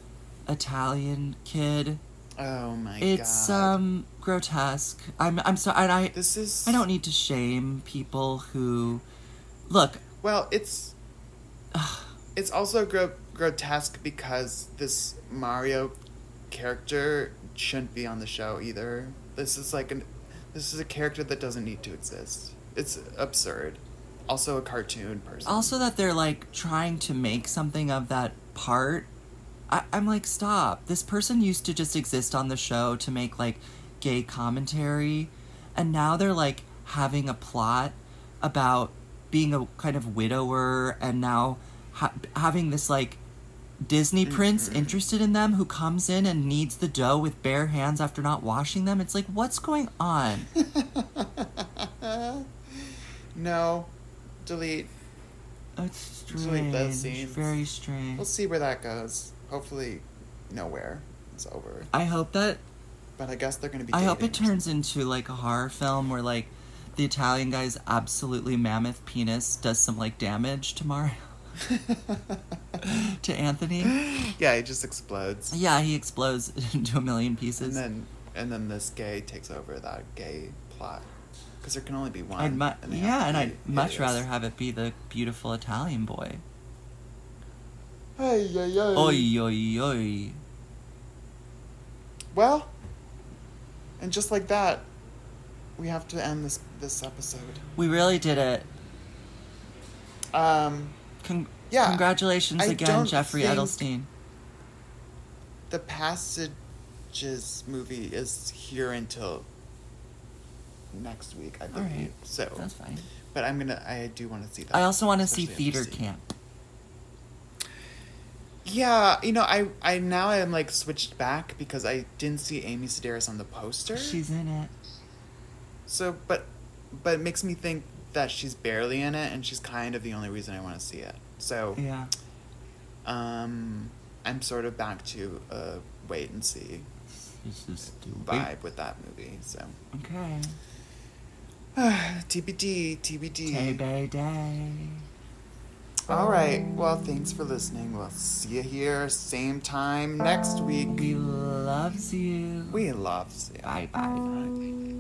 Italian kid.
Oh my god.
It's um grotesque. I'm I'm sorry, and I
This is
I don't need to shame people who look.
Well, it's it's also gro- grotesque because this Mario character shouldn't be on the show either. This is like an this is a character that doesn't need to exist. It's absurd. Also a cartoon person.
also that they're like trying to make something of that part I- i'm like stop this person used to just exist on the show to make like gay commentary and now they're like having a plot about being a kind of widower and now ha- having this like Disney prince interested in them who comes in and needs the dough with bare hands after not washing them. It's like, what's going on?
No, delete.
It's
Delete
strange.
those scenes.
Very strange.
We'll see where that goes. Hopefully, nowhere. It's over.
I hope that
But I guess they're going to be.
I hope it
dating.
turns into like a horror film where like the Italian guy's absolutely mammoth penis does some like damage to Mario to Anthony.
yeah, it just explodes.
Yeah, he explodes into a million pieces.
And then and then this gay takes over that gay plot because there can only be one.
I'd mu-
and they have
yeah,
to
and
be
I'd much
idiots.
rather have it be the beautiful Italian boy.
Ay, ay, ay.
Oi, oi, oi.
Well, and just like that, we have to end this this episode.
We really did it.
Um,
Con-
Yeah,
Congratulations
I
again,
don't
Jeffrey
think-
Edelstein.
the passages movie is here until next week, I believe.
right.
So,
That's fine.
but I'm gonna. I do want to see that.
I also want to see
especially after
Theater
seeing-
Camp.
Yeah, you know, I I now I am like switched back because I didn't see Amy Sedaris on the poster.
She's in it.
So, but, but it makes me think that she's barely in it, and she's kind of the only reason I want to see it. So,
Yeah.
um, I'm sort of back to a wait and see
This is stupid.
vibe with that movie. So,
Okay.
TBD, TBD.
Day by day.
All right. Well, thanks for listening. We'll see you here, same time next week.
We loves you.
We love you.
Bye bye.
Bye.